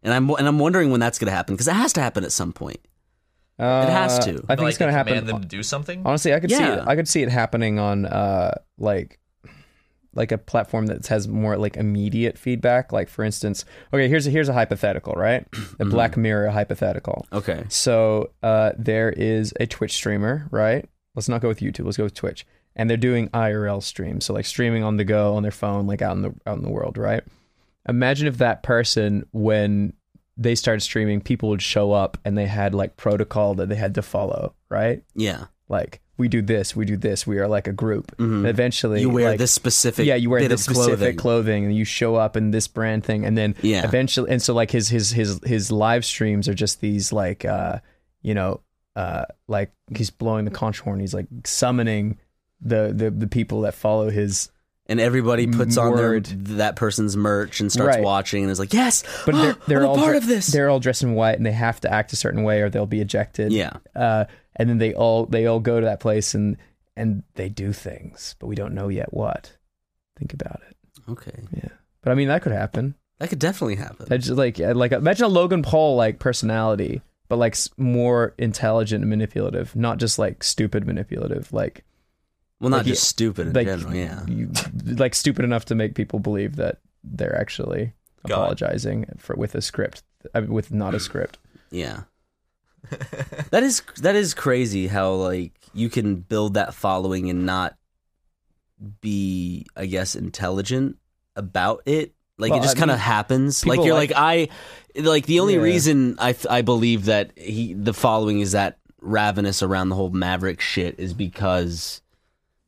And I'm and I'm wondering when that's going to happen because it has to happen at some point. it has to. Uh, I think it's going to happen. Command them to do something. Honestly, I could see Yeah. it, I could see it happening on uh like like a platform that has more like immediate feedback. Like for instance, okay, here's a here's a hypothetical, right? A Black Mirror hypothetical. Mm-hmm. Okay. So uh there is a Twitch streamer, right? Let's not go with YouTube, let's go with Twitch. And they're doing IRL streams, so like streaming on the go on their phone, like out in the out in the world, right? Imagine if that person when they started streaming, people would show up and they had like protocol that they had to follow, right? Yeah. like we do this, we do this, we are like a group. And eventually, Mm-hmm. You wear like- this specific yeah, you wear bit this of specific clothing. clothing, and you show up in this brand thing, and then Yeah. eventually, and so like his his his his live streams are just these like uh you know uh like he's blowing the conch horn, he's like summoning the the the people that follow his And everybody puts on their, Word. that person's merch and starts Right. watching and is like, yes, but they're, they're I'm a all part dre- of this. They're all dressed in white, and they have to act a certain way, or they'll be ejected. Yeah. Uh, and then they all they all go to that place, and and they do things, but we don't know yet what. Think about it. Okay. Yeah. But I mean, that could happen. That could definitely happen. I just like I- like imagine a Logan Paul like personality, but like s- more intelligent and manipulative, not just like stupid manipulative. Like, Well, not like, just stupid in like, general, yeah. you- like stupid enough to make people believe that they're actually apologizing for with a script, I mean, with not a script. Yeah. that is that is crazy how like you can build that following and not be I guess intelligent about it. Like Well, it just I kind of mean, happens. Like people you're like- like, I like the only Yeah. reason I th- I believe that he the following is that ravenous around the whole Maverick shit is because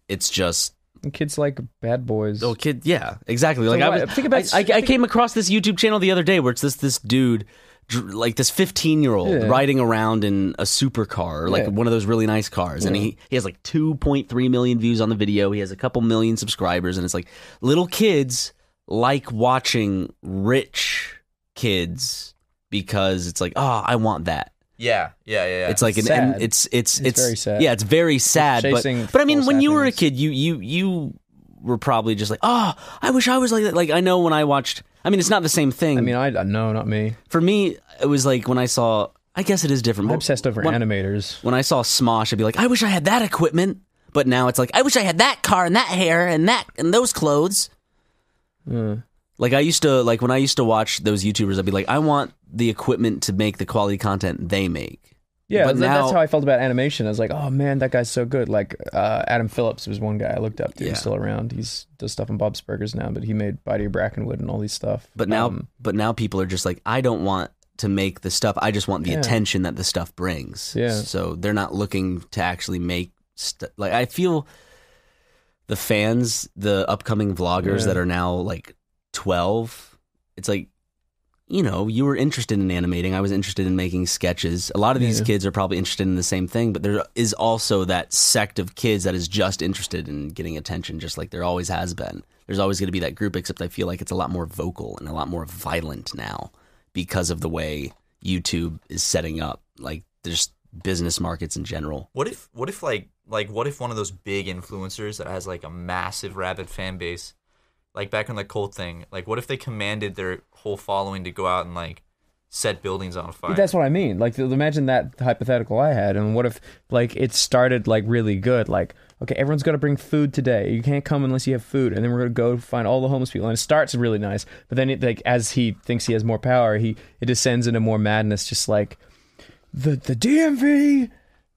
it's just And kids like bad boys. Oh, kid, yeah, exactly. So Like I why- was, think about- I, I, I came across this YouTube channel the other day where it's this this dude, dr- like this fifteen year old Yeah. riding around in a supercar, like Yeah. one of those really nice cars, and Yeah. he he has like two point three million views on the video. He has a couple million subscribers, and it's like little kids like watching rich kids because it's like, oh, I want that. Yeah, yeah, yeah. yeah. It's like an and it's it's it's, very sad. Yeah, it's very sad. But chasing but I mean, when you were a kid, you you you were probably just like, oh, I wish I was like that. Like I know when I watched. I mean, it's not the same thing. I mean, I no, not me. For me, it was like when I saw. I guess it is different. but obsessed over animators. When I saw Smosh, I'd be like, I wish I had that equipment. But now it's like, I wish I had that car and that hair and that and those clothes. Like I used to like when I used to watch those YouTubers, I'd be like, I want the equipment to make the quality content they make. Yeah, But th- that's now- how I felt about animation. I was like, oh man, that guy's so good. Like uh, Adam Phillips was one guy I looked up to. Yeah. He's still around. He's does stuff on Bob's Burgers now, but he made Body of Brackenwood and all these stuff. But now, Um, but now people are just like, I don't want to make the stuff. I just want the Yeah. attention that the stuff brings. Yeah. So they're not looking to actually make st- like I feel the fans, the upcoming vloggers Yeah. that are now like twelve. It's like. You know, you were interested in animating. I was interested in making sketches. A lot of these Yeah. kids are probably interested in the same thing, but there is also that sect of kids that is just interested in getting attention, just like there always has been. There's always going to be that group, except I feel like it's a lot more vocal and a lot more violent now because of the way YouTube is setting up, like just business markets in general. What if what if like like what if one of those big influencers that has like a massive rabid fan base, like back on the Colt thing, like what if they commanded their whole following to go out and like set buildings on fire? That's what I mean. Like, th- imagine that hypothetical I had, and what if like it started like really good? Like, okay, everyone's got to bring food today. You can't come unless you have food, and then we're gonna go find all the homeless people. And it starts really nice, but then it, like as he thinks he has more power, he it descends into more madness. Just like the the DMV.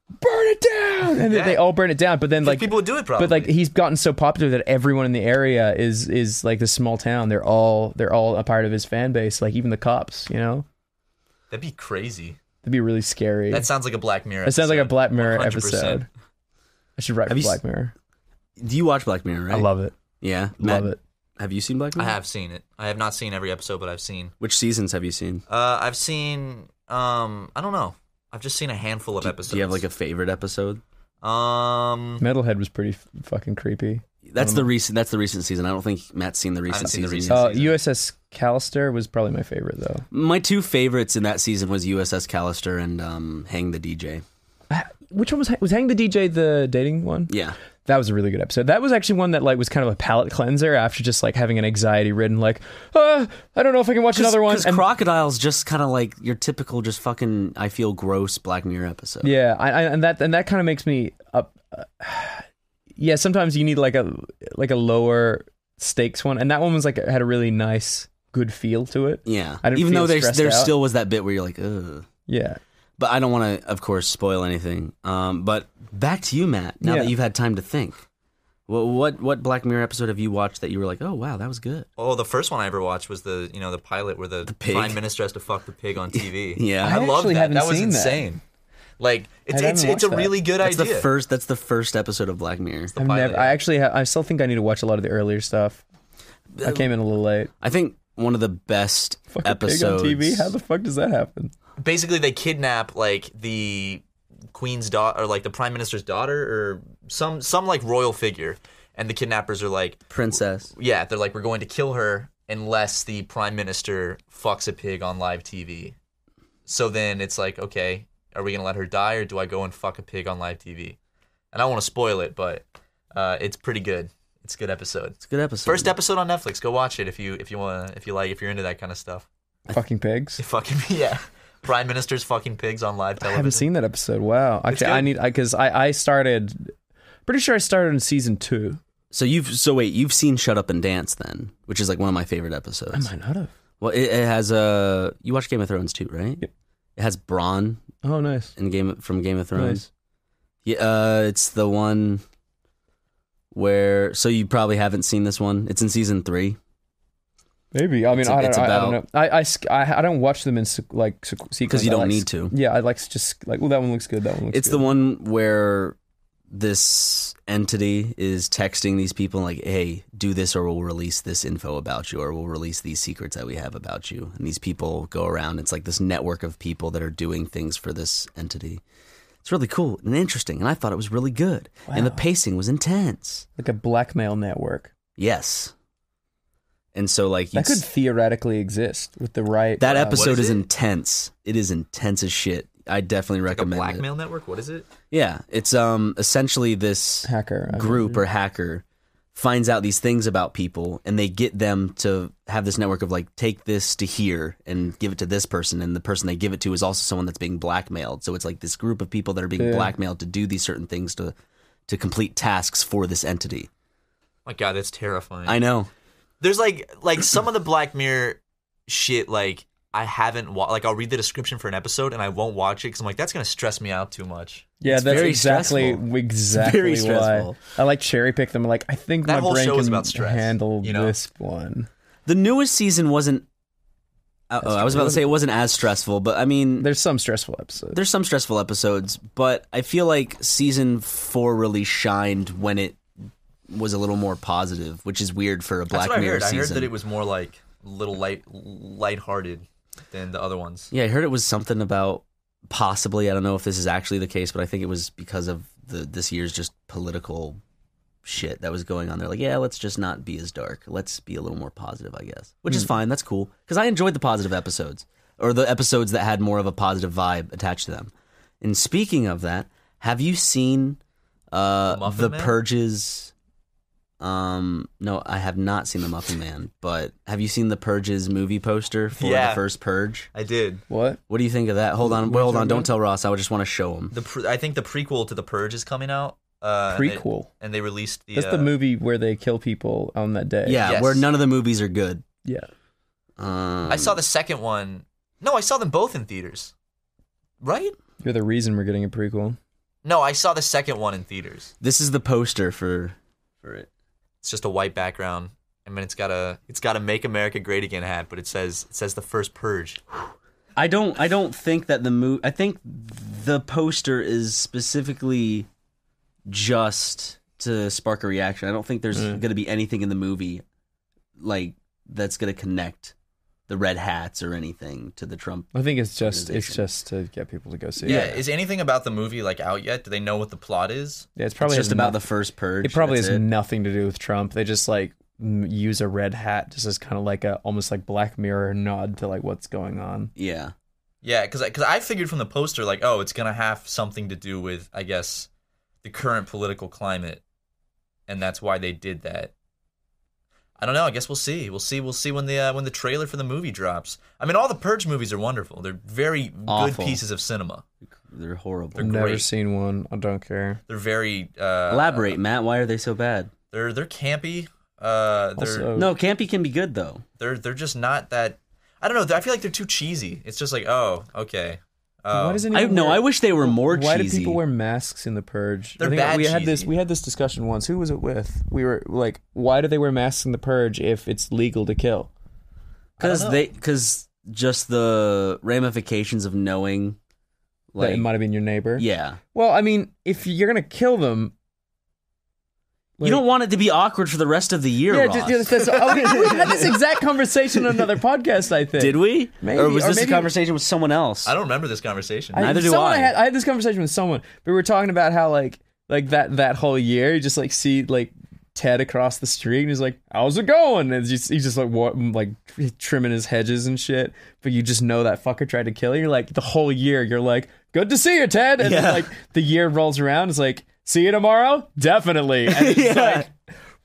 Burn it down, and then they all burn it down. But then, like people would do it But like he's gotten so popular that everyone in the area is is like this small town. They're all they're all a part of his fan base. Like even the cops, you know. That'd be crazy. That'd be really scary. That sounds like a Black Mirror That sounds like a episode. Black Mirror 100%. episode. I should write Have for you s- Black Mirror. Do you watch Black Mirror? Right? I love it. Yeah, Love it. Have you seen Black I Mirror? have seen it. I have not seen every episode, but I've seen. Which seasons have you seen? Uh, I've seen. Um, I don't know. I've just seen a handful of episodes. Do you have like a favorite episode? Um, Metalhead was pretty f- fucking creepy. That's Um, the recent. That's the recent season. I don't think Matt's seen the recent seen the season. uh, USS Callister was probably my favorite though. My two favorites in that season was USS Callister and um, Hang the DJ. Uh, Which one was was Hang the DJ the dating one? Yeah. That was a really good episode. That was actually one that like was kind of a palate cleanser after just like having an anxiety ridden like, uh, I don't know if I can watch another one. Because And- crocodiles just kind of like your typical, just fucking. I feel gross Black Mirror episode. Yeah, I, I, and that and that kind of makes me up. Uh, yeah, sometimes you need like a like a lower stakes one, and that one was like had a really nice, good feel to it. Yeah, I didn't even feel though there's stressed there out. still was that bit where you're like, ugh. Yeah. But I don't want to, of course, spoil anything. Um, but back to you, Matt. Now Yeah. that you've had time to think, what what what Black Mirror episode have you watched that you were like, oh wow, that was good? Oh, the first one I ever watched was the you know the pilot where the, pig. prime minister has to fuck the pig on TV. Yeah. I I, love actually that. haven't That was seen that. insane. Like it's I it's haven't it's a watched that. really good that's idea. The first, that's the first episode of Black Mirror. I've never, I actually ha- I still think I need to watch a lot of the earlier stuff. I came in a little late. I think one of the best episodes. Pig on TV. How the fuck does that happen? Basically, they kidnap like the queen's daughter or like the prime minister's daughter or some some like royal figure, and the kidnappers are like princess. Yeah, they're like we're going to kill her unless the prime minister fucks a pig on live TV. So then it's like, okay, are we gonna let her die or do I go and fuck a pig on live TV? and I don't want to spoil it, but uh, it's pretty good. It's a good episode. It's a good episode. First episode on Netflix. Go watch it if you if you want if you like if you're into that kind of stuff. Fucking pigs. Fucking yeah, prime ministers fucking pigs on live I television. haven't seen that episode. Wow. I, It's ca- I good. need because I, I started. Pretty sure I started in season two. So you've so wait you've seen Shut Up and Dance then, which is like one of my favorite episodes. I might not have. Well, it, it has uh, you watch Game of Thrones too, right? Yep. It has Braun. Oh, nice. In Game from Game of Nice. Thrones. Yeah, uh, it's the one where so you probably haven't seen this one. It's in season three. Maybe. I mean, It's- I, don't, it's I, I don't know. about- I, I sk- I, I don't watch them in se- like se- sequence. 'Cause you I don't like need sk- to. Yeah, I like s- just like. Well, that one looks good. That one looks. It's the one where this entity is texting these people like, "Hey, do this, or we'll release this info about you, or we'll release these secrets that we have about you." And these people go around. It's like this network of people that are doing things for this entity. It's really cool and interesting, and I thought it was really good. And the pacing was intense, like a blackmail network. Yes. And so, like, That you'd could theoretically exist with the right. That uh, episode is, intense. It is intense as shit. I definitely recommend it. Blackmail Network. What is it? Yeah, it's um essentially this hacker group or hacker finds out these things about people and they get them to have this network of like take this to here and give it to this person and the person they give it to is also someone that's being blackmailed. So it's like this group of people that are being Yeah. blackmailed to do these certain things to to complete tasks for this entity. My God, that's terrifying. I know. There's like like some of the Black Mirror shit. Like I haven't wa- like I'll read the description for an episode and I won't watch it because I'm like that's gonna stress me out too much. Yeah, It's that's very exactly stressful. It's exactly very stressful. why I like cherry pick them. Like I think That my whole brain show can is about stress, handle this one. The newest season wasn't. Uh, That's I was true. about to say it wasn't as stressful, but I mean, there's some stressful episodes. There's some stressful episodes, but I feel like season four really shined when it was a little more positive, which is weird for a Black that's what I Mirror heard. season. I heard that it was more like a little light lighthearted than the other ones. yeah, I heard it was something about possibly. I don't know if this is actually the case, but I think it was because of the this year's just political shit that was going on. They're like, yeah, let's just not be as dark. Let's be a little more positive, I guess, which is Hmm. fine. That's cool because I enjoyed the positive episodes or the episodes that had more of a positive vibe attached to them. And speaking of that, have you seen uh, Muffin the Man? Purges? Um, no, I have not seen the Muffin Man, but have you seen the Purges movie poster for Yeah. the first Purge? I did. What? What do you think of that? Hold on, What are you hold talking on. Don't about? tell Ross. I just want to show him. The pre- I think the prequel to the Purge is coming out. Uh, and they- Prequel? and they released the That's uh, the movie where they kill people on that day. Yeah, Yes. where none of the movies are good. Yeah. Um, I saw the second one. No, I saw them both in theaters. Right? You're the reason we're getting a prequel. No, I saw the second one in theaters. This is the poster for for it. It's just a white background. I mean, it's got a it's got a "Make America Great Again" hat, but it says it says the first purge. I don't. I don't think that the movie. I think the poster is specifically just to spark a reaction. I don't think there's Mm. going to be anything in the movie like that's going to connect the red hats or anything to the Trump. I think it's just it's organization. just to get people to go see. yeah. it. Is anything about the movie like out yet? Do they know what the plot is? Yeah, it's probably just about noth- the first purge, It probably that's has it. nothing to do with Trump. They just like m- use a red hat just as kind of like a almost like Black Mirror nod to like what's going on. Yeah. Yeah, because because I figured from the poster like, oh, it's gonna have something to do with I guess the current political climate, and that's why they did that. I don't know. I guess we'll see. We'll see. We'll see when the uh, when the trailer for the movie drops. I mean, all the Purge movies are wonderful. They're very Awful. good pieces of cinema. They're horrible. They're Never great. seen one. I don't care. They're very uh, Elaborate, Matt. Why are they so bad? They're they're campy. Uh, they're no, campy can be good though. They're they're just not that. I don't know. I feel like they're too cheesy. It's just like, oh, okay. Oh. I no. I wish they were more Why do cheesy. people wear masks in the purge? They're I think bad we had this cheesy. we had this discussion once. Who was it with? We were like, why do they wear masks in the purge if it's legal to kill? Because they, because just the ramifications of knowing, Like, like it might have been your neighbor. yeah, Well, I mean, if you're gonna kill them, you don't want it to be awkward for the rest of the year. yeah, Ross. just, just, that's, oh, we, we had this exact conversation on another podcast. I think did we? Maybe, or was or this maybe- a conversation with someone else? I don't remember this conversation. Neither do someone I. had, I had this conversation with someone. We were talking about how like like that that whole year you just like see like Ted across the street and he's like, "How's it going?" And he's, he's just like what like trimming his hedges and shit. But you just know that fucker tried to kill you. You're like the whole year. You're like, "Good to see you, Ted." And then, Yeah. like the year rolls around. It's like see you tomorrow? Definitely. And it's Yeah. like,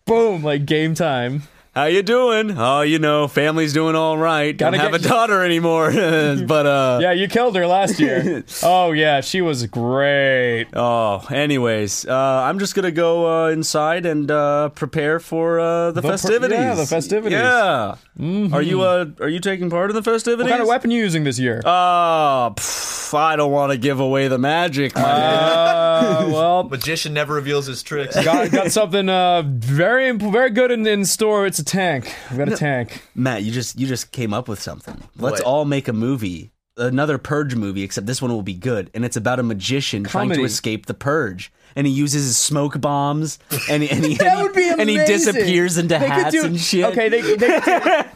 boom, like game time. How you doing? Oh, you know, family's doing all right. Gotta Don't have a get- daughter anymore, but uh, yeah, you killed her last year. oh yeah, she was great. Oh, anyways, uh, I'm just gonna go uh, inside and uh, prepare for uh, the, The per- festivities. yeah, the festivities. Yeah. Mhm. Are you uh, are you taking part in the festivities? What kind of weapon are you using this year? Uh, pff, I don't want to give away the magic. my Oh, Uh, well, magician never reveals his tricks. got, got something uh, very imp- very good in, in store. It's a tank. I've got a tank. Matt, you just you just came up with something. What? Let's all make a movie, another purge movie, except this one will be good, and it's about a magician trying Comedy. to escape the purge. And he uses his smoke bombs, and he, and he, That would be and he amazing. disappears into They could hats do- and shit. Okay, they, they could do-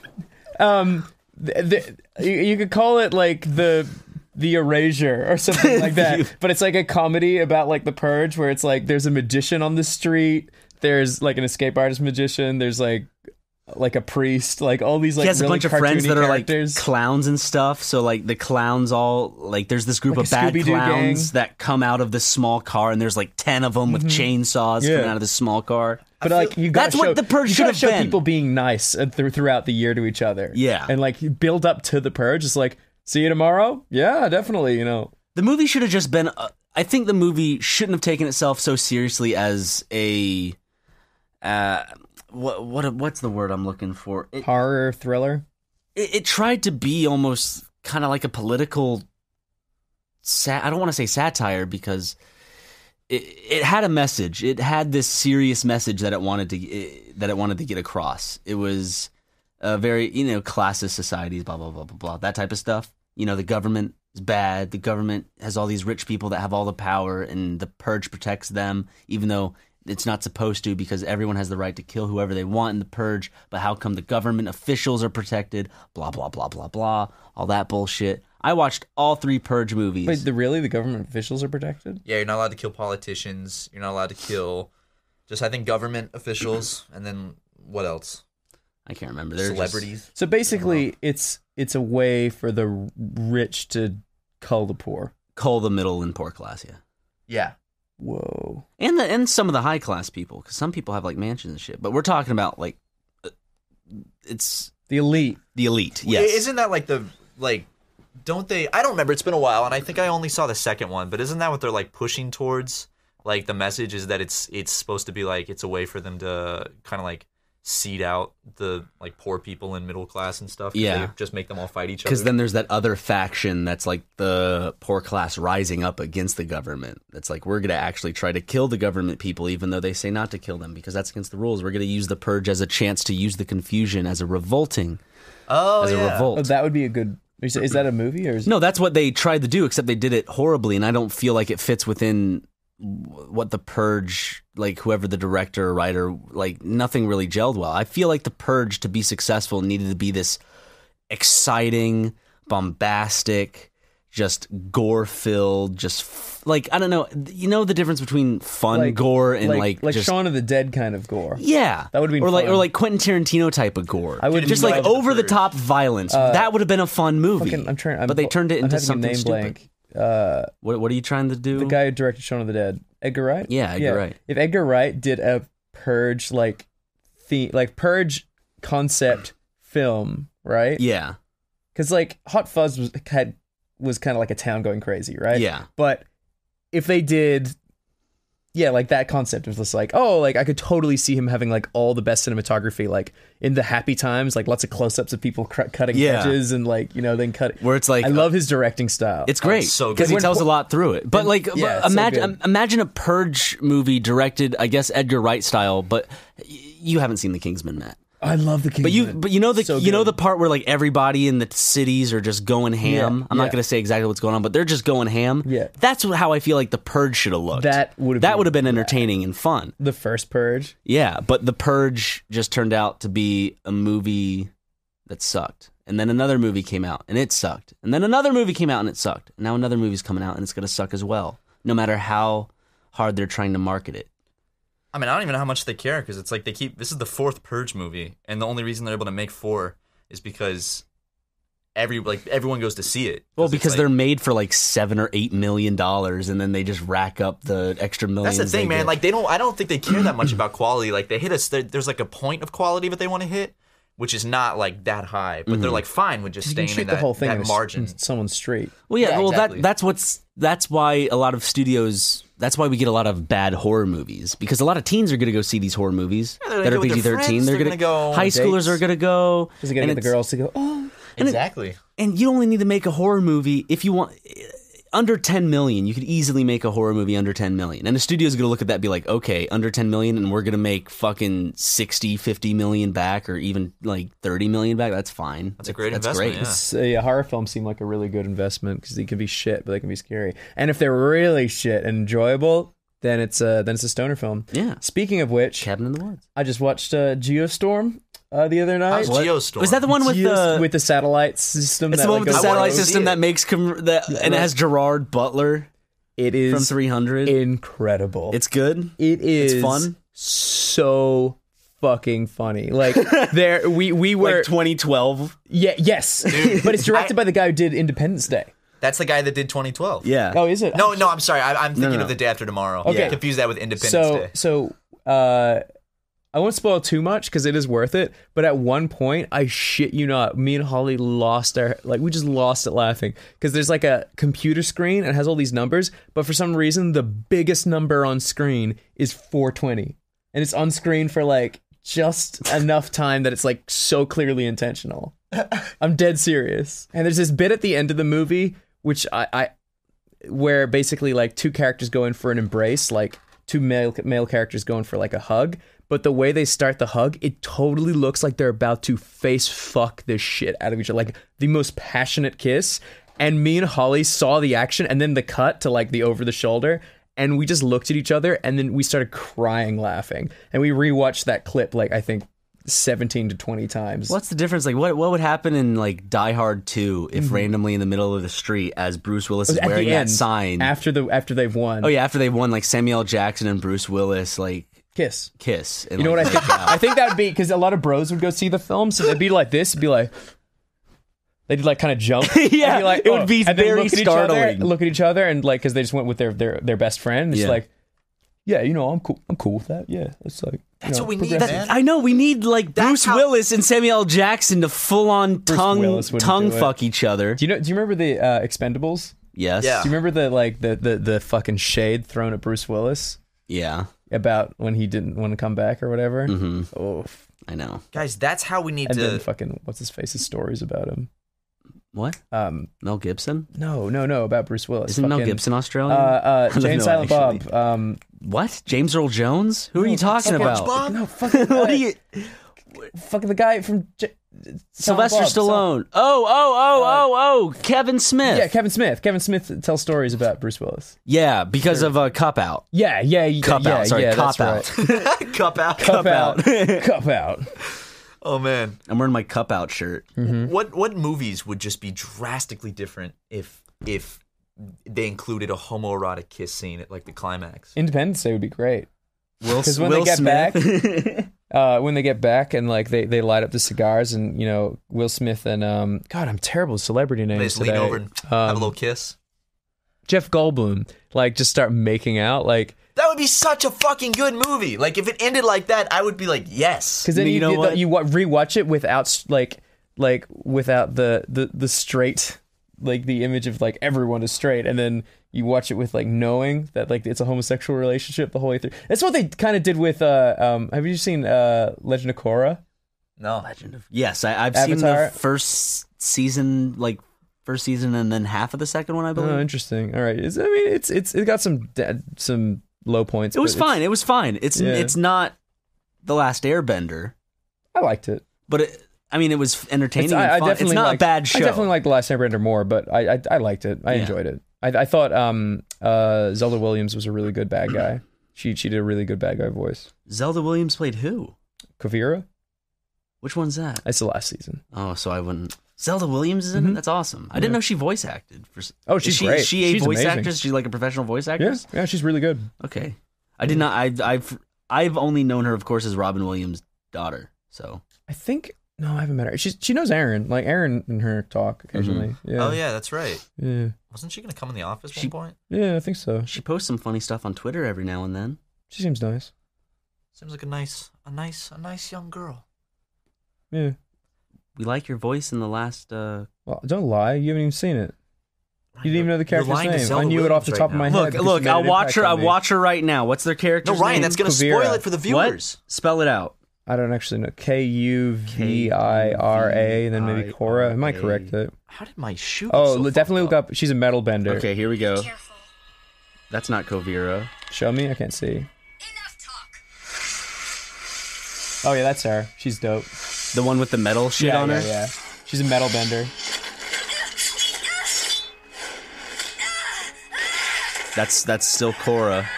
um, th- th- you, you could call it like the the erasure or something like that. but it's like a comedy about like the purge, where it's like there's a magician on the street, there's like an escape artist magician, there's like like a priest, like all these like he has a really bunch of friends cartoony that are characters. like clowns and stuff. So like the clowns all like there's this group Like of a bad Scooby-Doo clowns gang. that come out of this small car, and there's like ten of them with chainsaws Mm-hmm. Yeah. coming out of this small car. But like you got that's what the purge you should gotta have show been. people being nice and through throughout the year to each other. Yeah. and like you build up to the purge. It's like see you tomorrow. Yeah, definitely. You know, The movie should have just been. Uh, I think the movie shouldn't have taken itself so seriously as a. Uh, what what what's the word I'm looking for? It, horror thriller. It, it tried to be almost kind of like a political. Sat- I don't want to say satire because it it had a message. It had this serious message that it wanted to it, that it wanted to get across. It was a very you know classist societies, blah blah blah blah blah, that type of stuff. You know, the government is bad. The government has all these rich people that have all the power, and the purge protects them, even though it's not supposed to because everyone has the right to kill whoever they want in the purge. But how come the government officials are protected? Blah blah blah blah blah, all that bullshit. I watched all three purge movies. Wait, the really the government officials are protected. Yeah, you're not allowed to kill politicians. You're not allowed to kill just I think government officials and then what else? I can't remember. They're just- Celebrities. So Uh-huh. basically, it's it's a way for the r- rich to cull the poor. Cull the middle and poor class, yeah. Yeah. Whoa. and the and some of the high class people because some people have like mansions and shit. But we're talking about like uh, it's the elite, the elite. Yeah, Yes, Isn't that like the like don't they I don't remember, it's been a while and I think I only saw the second one, but isn't that what they're like pushing towards? Like the message is that it's it's supposed to be like it's a way for them to kind of like seed out the like poor people and middle class and stuff. 'cause Yeah. they just make them all fight each other. because then there's that other faction that's like the poor class rising up against the government. That's like we're gonna actually try to kill the government people, even though they say not to kill them because that's against the rules. We're gonna use the purge as a chance to use the confusion as a revolting. Oh, As a yeah. revolt. Oh, that would be a good. Is, is that a movie or is No, that's what they tried to do, except they did it horribly, and I don't feel like it fits within w- what the purge like whoever the director or writer like nothing really gelled well i feel like the purge to be successful needed to be this exciting bombastic just gore filled just f- like i don't know you know the difference between fun gore and like like, just Shaun of the Dead kind of gore? yeah, that would be or like fun. or like Quentin Tarantino type of gore. I would just love like The over the top violence. Uh, that would have been a fun movie. Fucking- I'm trying, I'm, but they turned it I'm into having a something name stupid. blank. Uh, What What are you trying to do? the guy who directed Shaun of the Dead, Edgar Wright. Yeah, Edgar Wright. If Edgar Wright did a purge like theme, like purge concept film, right? Yeah. Because like Hot Fuzz was had was kind of like a town going crazy, right? Yeah. But if they did, yeah, like that concept was just like, oh, like I could totally see him having like all the best cinematography, like in the happy times, like lots of close ups of people cr- cutting Yeah. edges and like you know then cut. Where it's like uh, I love his directing style. It's great because he When tells po- a lot through it. But And- like, yeah, it's so imagine good. im- imagine a purge movie directed, I guess Edgar Wright style. But y- you haven't seen The Kingsman, Matt. I love the Kingsman. But you, but you know the you know the part where like everybody in the cities are just going ham. Yeah, I'm yeah. not gonna say exactly what's going on, but they're just going ham. Yeah, that's what- how I feel like the purge should have looked. That would that would have been entertaining and fun. the first purge. Yeah, but the purge just turned out to be a movie that sucked, and then another movie came out and it sucked, and then another movie came out and it sucked, and now another movie's coming out and it's gonna suck as well, no matter how hard they're trying to market it. I mean, I don't even know how much they care because it's like they keep. This is the fourth Purge movie, and the only reason they're able to make four is because every like everyone goes to see it. Well, because they're made for like seven or eight million dollars, and then they just rack up the extra millions. That's the thing, they man. get. Like they don't. I don't think they care that much about quality. Like they hit us. there- There's like a point of quality that they want to hit, which is not like that high. But they're Mhm. like fine with just you can staying shoot in the that, whole thing that in a s- margin. in someone straight. Well, yeah, Yeah, well exactly. that that's what's that's why a lot of studios that's why we get a lot of bad horror movies because a lot of teens are going to go see these horror movies Yeah, they're that gonna are go with PG their thirteen. friends, They're they're going to gonna go on high schoolers dates. are going to go. Is it gonna and get the it's- girls to go? Oh, and it- Exactly. and you only need to make a horror movie if you want under 10 million you could easily make a horror movie under 10 million and the studio's gonna look at that and be like okay under 10 million and we're gonna make fucking 60 50 million back or even like 30 million back that's fine that's a great that's investment, great. yeah. S- uh, yeah, horror films seem like a really good investment because they can be shit, but they can be scary. And if they're really shit and enjoyable, then it's a then it's a stoner film. Yeah. Speaking of which, Cabin in the Woods. I just watched uh, Geostorm uh, the other night. How's What? Geostorm? Was that the one with the- with the satellite system? it's that, the one like, with the goes satellite rogue? system that makes com- that and it has gerard butler It is from 300 incredible. it's good It is fun? So fucking funny. Like there, we we were 2012 yeah yes, but it's directed by the guy who did Independence Day. That's the guy that did 2012. Yeah. Oh, is it? No, no. I'm sorry. I, I'm No, thinking no, no. of the day after tomorrow. Okay. Yeah. Confuse that with Independence so, Day. So, uh, I won't spoil too much because it is worth it. But at one point, I shit you not, me and Holly lost our like we just lost it laughing because there's like a computer screen and it has all these numbers, but for some reason the biggest number on screen is 420, and it's on screen for like just enough time that it's like so clearly intentional. I'm dead serious. And there's this bit at the end of the movie which I, I where basically like two characters go in for an embrace, like two male male characters going for like a hug. But the way they start the hug, it totally looks like they're about to face fuck the shit out of each other, like the most passionate kiss. And me and Holly saw the action, and then the cut to like the over the shoulder, and we just looked at each other, and then we started crying laughing, and we rewatched that clip like I think seventeen to twenty times. What's the difference? Like, what what would happen in like Die Hard Two if randomly in the middle of the street, as Bruce Willis is Mm-hmm. At the wearing that end, sign after the after they've won? Oh yeah, after they won, like Samuel L. Jackson and Bruce Willis, like kiss, kiss. And, You know what I like, think? make out. I think that would be because a lot of bros would go see the film, so they'd be like this, be like, they'd like kind of jump, and be Yeah, like, oh. it would be and then very look at each other- startling. look at each other, and like because they just went with their their their best friend. It's Yeah. like, yeah, you know, I'm cool, I'm cool with that. Yeah, it's like you That's know, what we need, progressive. man. I know we need like Bruce Willis and Samuel L. Jackson to full on tongue Willis wouldn't tongue do it. fuck each other. Do you know? Do you remember the uh, Expendables? Yes. Do you remember the like the, the the fucking shade thrown at Bruce Willis Yeah. about when he didn't want to come back or whatever? hmm Oh, I know. Guys, that's how we need and then to. fucking what's his face's stories about him? What? Um, Mel Gibson? no, no, no, about Bruce Willis. Isn't Mel Fucking- Gibson Uh, Australian? I uh, don't Jane know, Silent actually. Bob. Um, What? James Earl Jones? Who are you talking about? SpongeBob? no, fucking, What are you? fucking the guy from J- Silent Sylvester Bob, Silent- Stallone. Oh, oh, oh, oh, oh! Kevin Smith. Yeah, Kevin Smith. Kevin Smith tells stories about Bruce Willis. Yeah, because of a cop out. Yeah, yeah, yeah. Cop yeah, out. Sorry, yeah, cop that's out. right. Cup out. Cup out. Cup out. Oh man. I'm wearing my cup out shirt. Mm. What what movies would just be drastically different if if they included a homoerotic kiss scene at like the climax? Independence Day would be great. Will, 'Cause when they Will get Smith. Uh, when they get back and like they, they light up the cigars and you know Will Smith and um God I'm terrible with celebrity names They just today. lean over and have a Um, little kiss. Jeff Goldblum like just start making out like That would be such a fucking good movie. Like if it ended like that, I would be like, yes. Because then You you know you, what? you wa- rewatch it without s- like like without the the the straight like the image of like everyone is straight, and then you watch it with like knowing that like it's a homosexual relationship the whole way through. That's what they kind of did with uh um. Have you seen uh Legend of Korra? No. yes, I, I've Avatar. seen the first season, like first season, and then half of the second one. I believe Oh, interesting. All right. It's, I mean, it's it's it got some da- some low points. it was but fine. it's- It was fine. It's Yeah. it's not the last Airbender, I liked it. but it, I mean, it was entertaining. It's- and I, I fun. definitely it's not liked, a bad I show. definitely like The Last Airbender more, but I I, I liked it. I Yeah. enjoyed it. I, I thought um uh Zelda Williams was a really good bad guy. she she did a really good bad guy voice. Zelda Williams played who? Kavira. Which one's that? That's the last season. Oh, so I wouldn't. Zelda Williams is in it. That's awesome. I didn't know she voice acted. For, s- Mm-hmm. Oh, is she's she, great. Is she a She's voice amazing. actress. She's like a professional voice Yeah, actress. yeah, she's really good. Okay, I did not. I've I've I've only known her, of course, as Robin Williams' daughter. So I think No, I haven't met her. She she knows Aaron. Like Aaron and her Mm-hmm. talk occasionally. Yeah. Oh yeah, that's right. Yeah. Wasn't she gonna come in the office at She- one point? Yeah, I think so. She posts some funny stuff on Twitter every now and then. She seems nice. Seems like a nice, a nice, a nice young girl. Yeah. We like your voice in the last. uh Well, don't lie. You haven't even seen it. You didn't even know the character's lying to name. I Zelda knew it off the Williams top right of my head. now. Look, because look, you made I'll an watch impact her. on I'll me. watch her right now. What's their character? No, Ryan, that's gonna spoil it for the viewers. What? Spell it out. I don't actually know. K U V I R A, and then maybe Cora. Am I correct? That. How did my shoe? Oh, l- definitely look up. She's a metal bender. Okay, here we go. That's not Covira. Show me. I can't see. Oh yeah, that's her. She's dope. The one with the metal shit yeah, on yeah, her? Yeah, she's a metal bender. That's that's still Cora.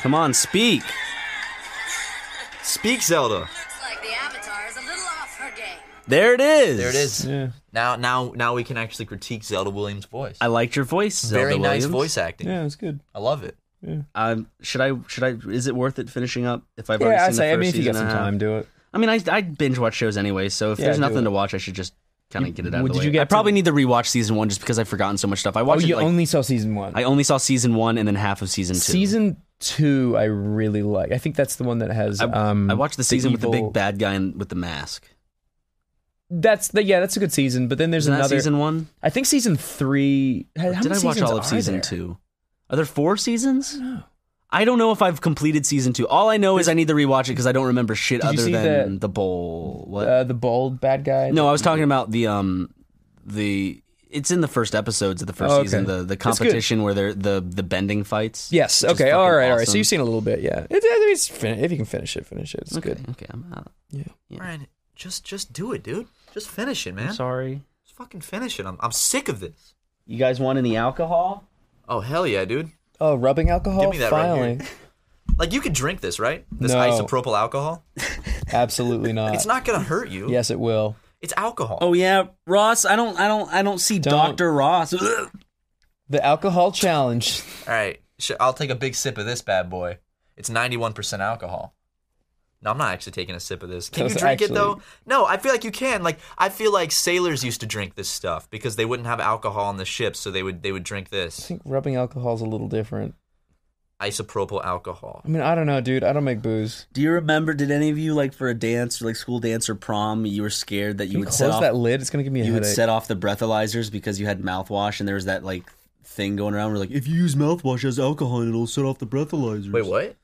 Come on, speak. Speak, Zelda. There it is. There it is. Now, now, now we can actually critique Zelda Williams' voice. I liked your voice. Zelda Very nice Williams. voice acting. Yeah, it's good. I love it. Yeah. Um, should I? Should I? Is it worth it finishing up? If I've Yeah, already I'd seen the say, I first mean, if you season get and a some half? time, do it. I mean, I, I binge watch shows anyway, so if Yeah, there's do nothing it. to watch, I should just kind of get it out would of the you way. get I to probably need to rewatch season one just because I've forgotten so much stuff. I watched oh, it you like only saw season one. I only saw season one and then half of season two. Season two, I really like. I think that's the one that has. I, um, I watched the season with the evil- big bad guy and with the mask. That's the yeah, that's a good season. But then there's Isn't that another season one? I think season three. How, how Did many I watch seasons all of are season there? two? Are there four seasons? I don't know. if I've completed season two. All I know is I need to rewatch it because I don't remember shit Did you other see than that- the bowl. What? Uh, the bald bad guy. no, I was talking about the um the. It's in the first episodes of the first Oh, okay. season. The the It's good. competition where they're the the bending fights. Yes. which is Okay. All fucking right. All right. So awesome. you've seen a little bit. Yeah. It, it- it's fin- if you can finish it, finish it. It's Okay, good. Okay, I'm out. Yeah. Ryan, just, just do it, dude. Just finish it, man. I'm sorry. Just fucking finish it. I'm, I'm sick of this. You guys want any alcohol? Oh hell yeah, dude. Oh, rubbing alcohol. Give me that right Finally. here. Like you could drink this, right? This No. isopropyl alcohol. Absolutely not. It's not gonna hurt you. Yes, it will. It's alcohol. Oh yeah, Ross. I don't. I don't. I don't see Doctor Ross. Ugh. The alcohol challenge. All right, sh- I'll take a big sip of this bad boy. It's 91% alcohol. No, I'm not actually taking a sip of this. Can you That's drink it though? No, I feel like you can. Like I feel like sailors used to drink this stuff because they wouldn't have alcohol on the ships, so they would they would drink I this think rubbing alcohol is a little different. isopropyl alcohol. I mean, I don't know, dude. I don't make booze. Do you remember? Did any of you like for a dance, like school dance or prom, you were scared that Can you you, would set close off that lid? It's gonna give me a you would headache. set off the breathalyzers because you had mouthwash, and there was that like thing going around where like if you use mouthwash as alcohol, it'll set off the breathalyzers. Wait, what?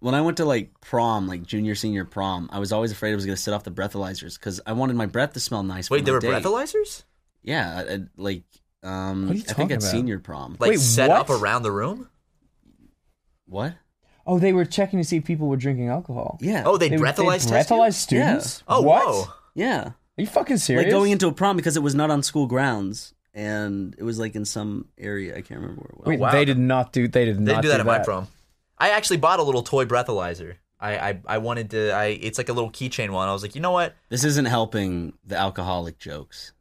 When I went to like prom, like junior senior prom, I was always afraid I was going to set off the breathalyzers because I wanted my breath to smell nice. Wait, for there my were date. breathalyzers? Yeah, I- I- like um, What are you I think talking at about? senior prom. Like Wait, set up what? around the room? What? oh, they were checking to see if people were drinking alcohol. Yeah. Oh, they, They would- they breathalyzed test you? breathalyzed students. Oh, what? whoa. yeah. Are you fucking serious? Like going into a prom because it was not on school grounds and it was like in some area. I can't remember where it was. Wait, wow. They did not do. They did They not do that at my prom. I actually bought a little toy breathalyzer. I, I, I wanted to I it's like a little keychain one. I was like, you know what? This isn't helping the alcoholic jokes.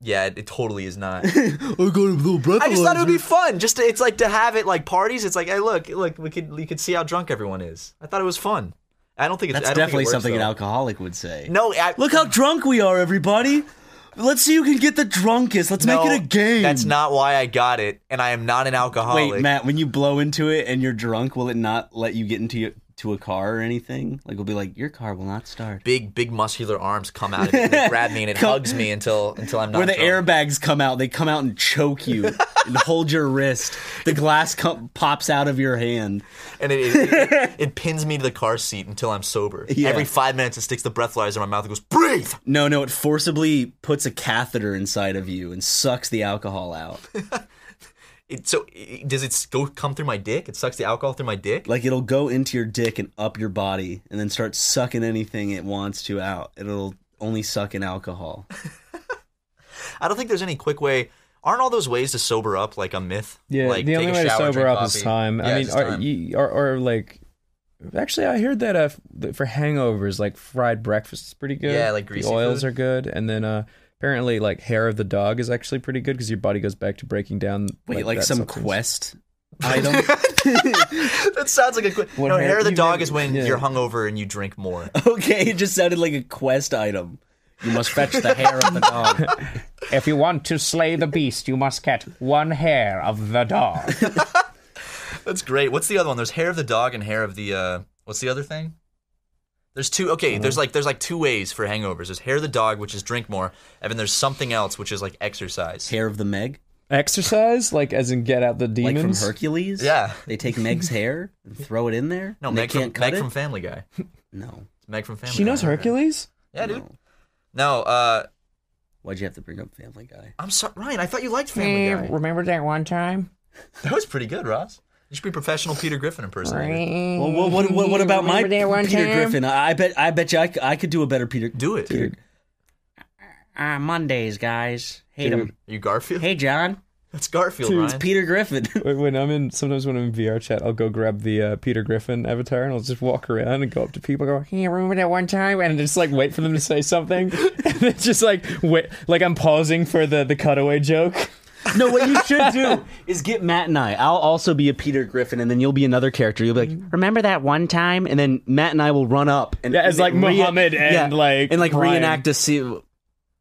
Yeah, it, it totally is not. I got a little breathalyzer. I just thought it would be fun. Just to, it's like to have it like parties. It's like, hey, look, look, we could you could see how drunk everyone is. I thought it was fun. I don't think it's That's I don't definitely think it works, something an though. alcoholic would say. No, I, Look how drunk we are, everybody. Let's see who can get the drunkest. Let's no, make it a game. That's not why I got it, and I am not an alcoholic. Wait, Matt, when you blow into it and you're drunk, will it not let you get into your, to a car or anything? Like, we'll be like, your car will not start. Big, big muscular arms come out of it, and they grab me, and it Come- hugs me until until I'm not. Where the drunk. airbags come out, they come out and choke you and hold your wrist. The glass com- pops out of your hand. and it, it, it, it pins me to the car seat until I'm sober. Yeah. Every five minutes, it sticks the breathalyzer in my mouth and goes, "Breathe." No, no, it forcibly puts a catheter inside of you and sucks the alcohol out. It, so it, does it go come through my dick? It sucks the alcohol through my dick. Like it'll go into your dick and up your body and then start sucking anything it wants to out. It'll only suck in alcohol. I don't think there's any quick way. Aren't all those ways to sober up like a myth? Yeah, like, the take only a way to shower, sober drink up coffee. is time. Yeah, I mean, it's or, time. you- or or like, actually, I heard that uh, f- that for hangovers, like fried breakfast is pretty good. Yeah, like greasy the oils food. are good, and then uh, apparently, like hair of the dog is actually pretty good because your body goes back to breaking down. Wait, like, that some substance. quest item? that sounds like a quick. What no, hair- hair of the you dog never- is when yeah. you're hungover and you drink more. okay, it just sounded like a quest item. You must fetch the hair of the dog. If you want to slay the beast, you must get one hair of the dog. That's great. What's the other one? There's hair of the dog and hair of the uh what's the other thing? There's two Mm-hmm. okay, there's like there's like two ways for hangovers. There's hair of the dog, which is drink more, and then there's something else which is like exercise. Hair of the Meg? Exercise, like as in get out the Like from demons. Hercules? Yeah. They take Meg's hair and throw it in there? No, and they Meg can't from cut Meg it? from Family Guy. No. It's Meg from Family she knows Guy. Hercules. Yeah, dude. No, uh Why'd you have to bring up Family Guy? I'm sorry Ryan, I thought you liked Family Guy. Remember that one time? That was pretty good, Ross. You should be a professional Peter Griffin impersonator. Well, what, what, what, what about my Remember that one Peter time? Griffin? I I bet I bet you I, c- I could do a better Peter. Do it. Peter. Ah, Uh, Mondays, guys. Hate Dude. them. You Garfield? Hey, John. That's Garfield, Dude, Ryan. it's Peter Griffin. when I'm in, sometimes when I'm in VR chat, I'll go grab the uh, Peter Griffin avatar and I'll just walk around and go up to people, and go, "Hey, remember that one time?" And just like wait for them to say something, and it's just like wait, like I'm pausing for the the cutaway joke. No, what you should do is get Matt and I. I'll also be a Peter Griffin, and then you'll be another character. You'll be like, remember that one time? And then Matt and I will run up and Yeah, as and like rea- Muhammad and, like, and like Brian. reenact a scene.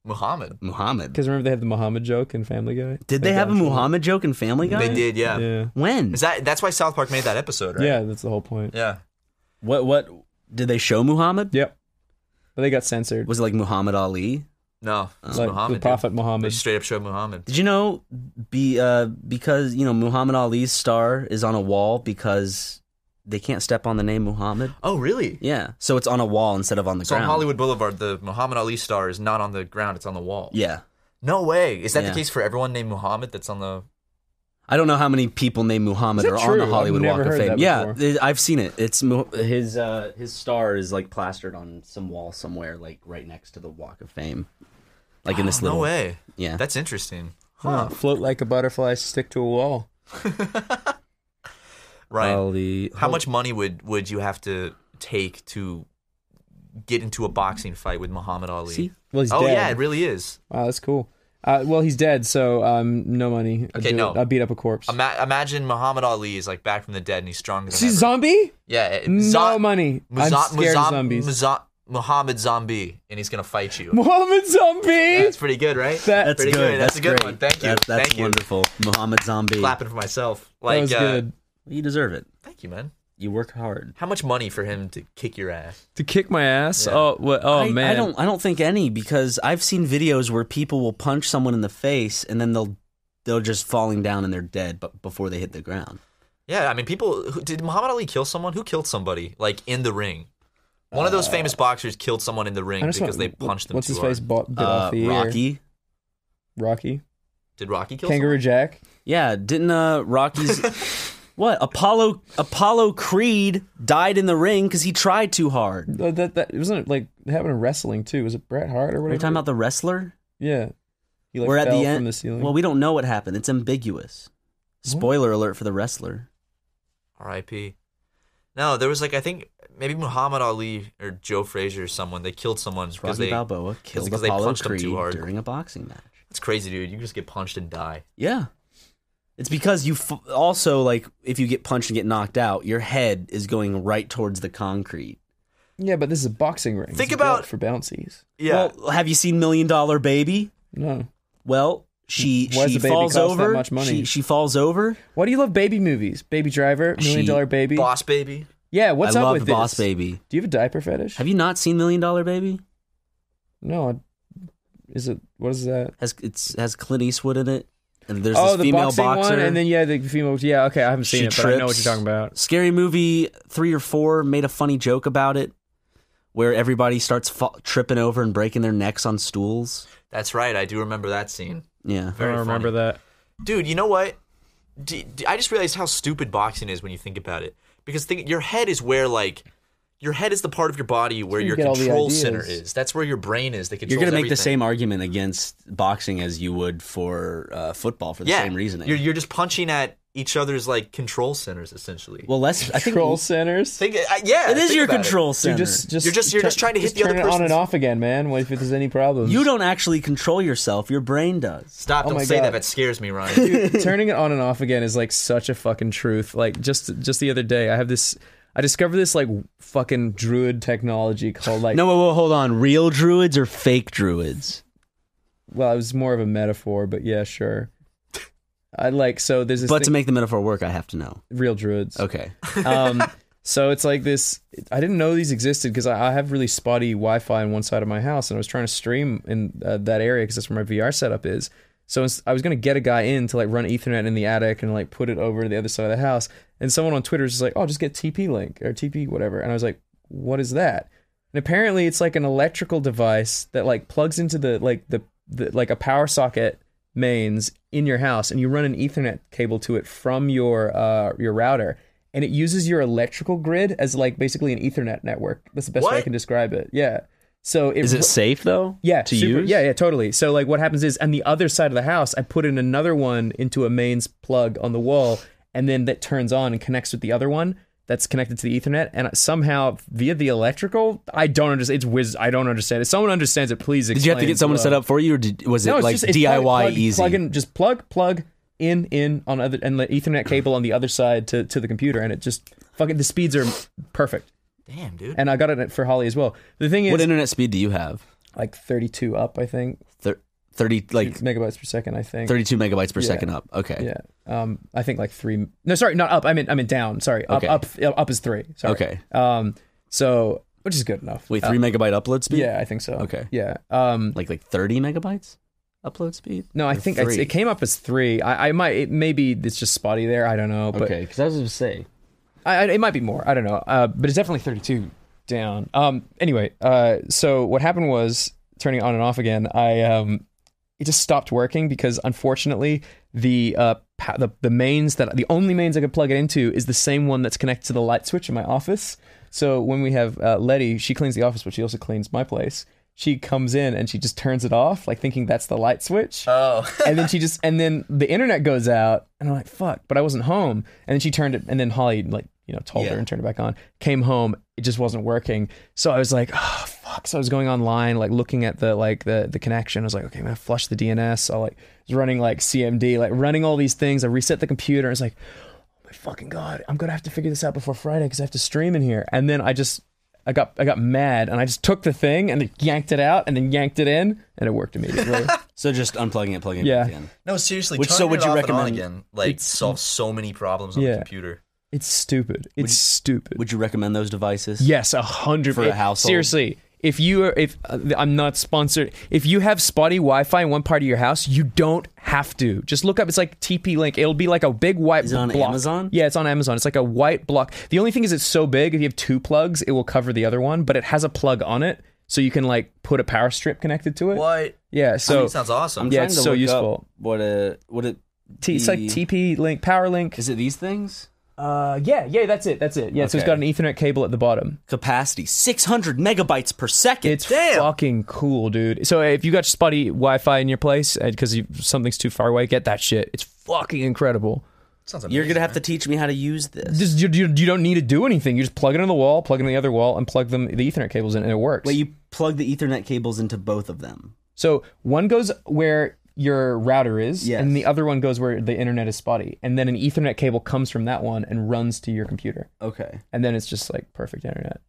Muhammad. Muhammad. Because remember they had the Muhammad joke in Family Guy. Did they have a Muhammad joke in Family Guy? They did, yeah. When Is that that's why South Park made that episode, right? Yeah, that's the whole point. Yeah. What what did they show Muhammad? Yep. But they got censored. Was it like Muhammad Ali? No, it's Like, Muhammad. the Prophet dude. Muhammad. They straight up showed Muhammad. Did you know be uh because you know Muhammad Ali's star is on a wall because they can't step on the name Muhammad? Oh, really? Yeah. So it's on a wall instead of on the So on ground. Hollywood Boulevard, the Muhammad Ali star is not on the ground; it's on the wall. Yeah. No way. Is that Yeah. the case for everyone named Muhammad that's on the? I don't know how many people named Muhammad Is are that on true? the I've Hollywood never Walk of heard Fame. that Yeah, before. it- I've seen it. It's Mu- his uh, his star is like plastered on some wall somewhere, like right next to the Walk of Fame, like in this Oh, little No way. Yeah, That's interesting. Huh. Float like a butterfly, stick to a wall. Right. Ali- How much money would would you have to take to get into a boxing fight with Muhammad Ali? See? Well, he's oh dead. yeah, it really is. Wow, that's cool. Uh, well, he's dead, so um, no money. I Okay, do- no. I beat up a corpse. Ima- imagine Muhammad Ali is like back from the dead and he's stronger than See, ever. zombie? Yeah, it- no Zo- money. I'm scared of Muzam- zombies. Muzam- Muhammad Zombie, and he's gonna fight you. Muhammad Zombie. That's pretty good, right? that's pretty good. That's, a good great. one. Thank you. That- that's Thank you. wonderful. Muhammad Zombie. Clapping for myself. Like uh, You deserve it. Thank you, man. You work hard. How much money for him to kick your ass? To kick my ass? Oh, what, oh I, man. I don't. I don't think any because I've seen videos where people will punch someone in the face and then they'll they'll just falling down and they're dead, but before they hit the ground. Yeah, I mean, people. Who, did Muhammad Ali kill someone? Who killed somebody? Like in the ring. One of those famous boxers killed someone in the ring Uh, I just because they want- punched them What's too his hard. Uh, face? Bought, bit off the ear. Uh, Rocky. Rocky. Did Rocky kill Kangaroo Jack. Yeah, didn't uh Rocky's what Apollo Apollo Creed died in the ring because he tried too hard. That, that, that wasn't it, like happened in wrestling too. Was it Bret Hart or Are whatever? you talking about the wrestler? Yeah. He like We're at fell the from end. the ceiling. Well, we don't know what happened. It's ambiguous. Spoiler alert for the wrestler. R.I.P. No, there was like I think maybe Muhammad Ali or Joe Frazier or someone. They killed someone because Rocky they Balboa killed because they Apollo punched Creed them too hard. during a boxing match. It's crazy, dude. You can just get punched and die. Yeah. It's because you f- also like if you get punched and get knocked out, your head is going right towards the concrete. yeah, but this is a boxing ring. Think It's built about- for bouncies. Yeah. Well, have you seen Million Dollar Baby? No. Well, she Why does she Mm, the baby falls cost that over. much money? She, she falls over. Why do you love baby movies? Baby Driver, Million She- Dollar Baby. Boss baby. Yeah, what's I up love with Boss this? Baby. Do you have a diaper fetish? Have you not seen Million Dollar Baby? No. I- Is it what is that? Has it's has Clint Eastwood in it? And there's oh, this the female boxing boxer. one, and then yeah, the female. Yeah, okay, I haven't she seen it, trips. but I know what you're talking about. Scary movie three or four made a funny joke about it, where everybody starts fa- tripping over and breaking their necks on stools. That's right. I do remember that scene. Yeah, Very funny. that. Dude, you know what? D d I I just realized how stupid boxing is when you think about it. Because think, your head is where like your head is the part of your body where you your get all the control ideas. center is. That's where your brain is. That controls You're gonna make everything. the same argument against boxing as you would for uh, football for the yeah. same reasoning. You're, you're just punching at each other's like control centers essentially. well, less I think Control centers. Think, uh, yeah, It is think your about control it. center. Dude, just, just You're just- you're turn- just trying to hit the turn other it on and person's- off again, man. What if there's any problems? you don't actually control yourself. Your brain does. Stop! Oh Don't my say that. God. That scares me, Ryan. Dude, turning it on and off again is like such a fucking truth. Like just just the other day, I have this. I discovered this like fucking druid technology called like no, whoa, whoa, hold on. Real druids or fake druids? well, it was more of a metaphor, but yeah, sure. I like so there's this But thing- to make the metaphor work, I have to know. real druids. Oh, Okay. um, so it's like this. I didn't know these existed because I, I have really spotty Wi-Fi on one side of my house, and I was trying to stream in uh, that area because that's where my VR setup is. So it's- I was gonna get a guy in to like run Ethernet in the attic and like put it over to the other side of the house. And someone on Twitter is just like, "Oh, just get TP Link or TP whatever," and I was like, "What is that?" And apparently, it's like an electrical device that like plugs into the like the, the like a power socket mains in your house, and you run an Ethernet cable to it from your uh, your router, and it uses your electrical grid as like basically an Ethernet network. That's the best way I can describe it. Yeah. So it Is it ru- safe though? Yeah, to super- use. Yeah, yeah, totally. So like, what happens is, on the other side of the house, I put in another one into a mains plug on the wall, and then that turns on and connects with the other one that's connected to the Ethernet, and somehow via the electrical, I don't understand. It's whiz. I don't understand. If someone understands it, please. Did you have to explain get someone to below. set up for you, or did, was it No, it's like just- it's DIY plug, plug, easy? Plug in, just plug, plug in, in on other, and the Ethernet cable on the other side to to the computer, and it just fucking the speeds are perfect. Damn, dude. And I got it for Holly as well. The thing is, what internet speed do you have? like 32 up, I think. Thir- Thirty like megabytes per second, I think. thirty-two megabytes per Yeah. second up. Okay. Yeah. Um, I think like three. No, sorry, not up. I mean, I mean down. Sorry, up, Okay. up, up is three. Sorry. Okay. Um, so which is good enough. Wait, three Uh, megabyte upload speed? Yeah, I think so. Okay. Yeah. Um, like like thirty megabytes upload speed. No, I Or think it's, three? it came up as three. I, I might. It maybe it's just spotty there. I don't know. But Okay, because I was gonna say, I, I, it might be more. I don't know. Uh, but it's definitely 32 down. Um. Anyway. Uh. So what happened was turning it on and off again. I um. It just stopped working because unfortunately the uh pa- the the mains that the only mains I could plug it into is the same one that's connected to the light switch in my office. So when we have uh, Letty, she cleans the office, but she also cleans my place. She comes in and she just turns it off, like thinking that's the light switch. Oh. and then she just and then the internet goes out and I'm like fuck but I wasn't home and then she turned it and then Holly like you know told her and turned it back on came home it just wasn't working so I was like oh fuck so I was going online like looking at the like the the connection I was like okay I'm gonna flush the DNS so I like was running like CMD like running all these things I reset the computer I was like oh my fucking god I'm gonna have to figure this out before Friday because I have to stream in here and then I just I got I got mad and I just took the thing and then yanked it out and then yanked it in and it worked immediately so just unplugging it, plugging it Yeah. back in. No, seriously. Which- turning so would it you off and recommend- on again? Like It's- solve so many problems on the computer. It's stupid. It's stupid. Would you recommend those devices? Yes, a hundred For a household? Seriously, if you are, if uh, I'm not sponsored, if you have spotty Wi-Fi in one part of your house, you don't have to. Just look up. It's like TP Link. It'll be like a big white it on block. Amazon? Yeah, it's on Amazon. It's like a white block. The only thing is, it's so big. If you have two plugs, it will cover the other one, but it has a plug on it, so you can like put a power strip connected to it. What? Yeah. So I'm yeah, trying it's to so look up useful. What a what a T- it's like TP Link, Power Link. Is it these things? Uh, yeah, yeah, that's it, that's it. Yeah, so it's Okay. got an Ethernet cable at the bottom. Capacity six hundred megabytes per second. It's fucking cool, dude. So if you got spotty Wi-Fi in your place because you, something's too far away, get that shit. It's fucking incredible. Sounds You're gonna have to teach me how to use this. Just, you, you, you don't need to do anything. You just plug it in the wall, plug it in the other wall, and plug them the Ethernet cables in, and it works. Wait, you plug the Ethernet cables into both of them. So one goes where your router is, Yes. and the other one goes where the internet is spotty, and then an Ethernet cable comes from that one and runs to your computer, Okay. and then it's just like perfect internet.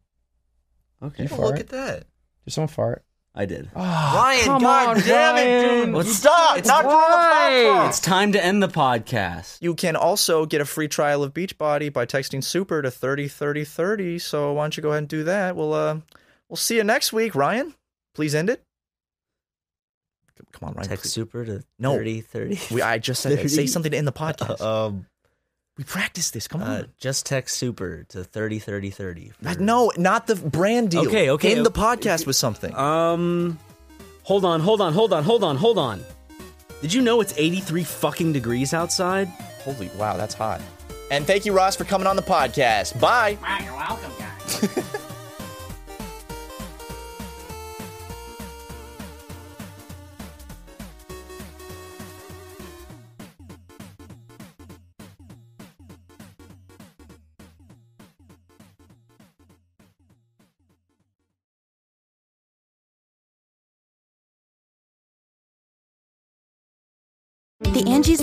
Okay. Did you fart? that. Did someone fart? Ah, I did. Ryan, come God on, damn it, Ryan. dude. Let's stop. It's not Why? It's time to end the podcast. You can also get a free trial of Beachbody by texting super to 30 30 30. So why don't you go ahead and do that? We'll uh we'll see you next week, Ryan. Please end it. C- Come on, Ryan. Text please. super to No. 30 30. We, I just said that. say 30. something to end the podcast. um, we practiced this. Come uh, on. just text super to 30 30 30. I- no, not the brand deal. Okay, okay, End the okay. podcast with something. Um, hold on, hold on, hold on, hold on, hold on. Did you know it's 83 fucking degrees outside? Holy wow, that's hot. And thank you, Ross, for coming on the podcast. Bye. You're welcome, guys. The Angie's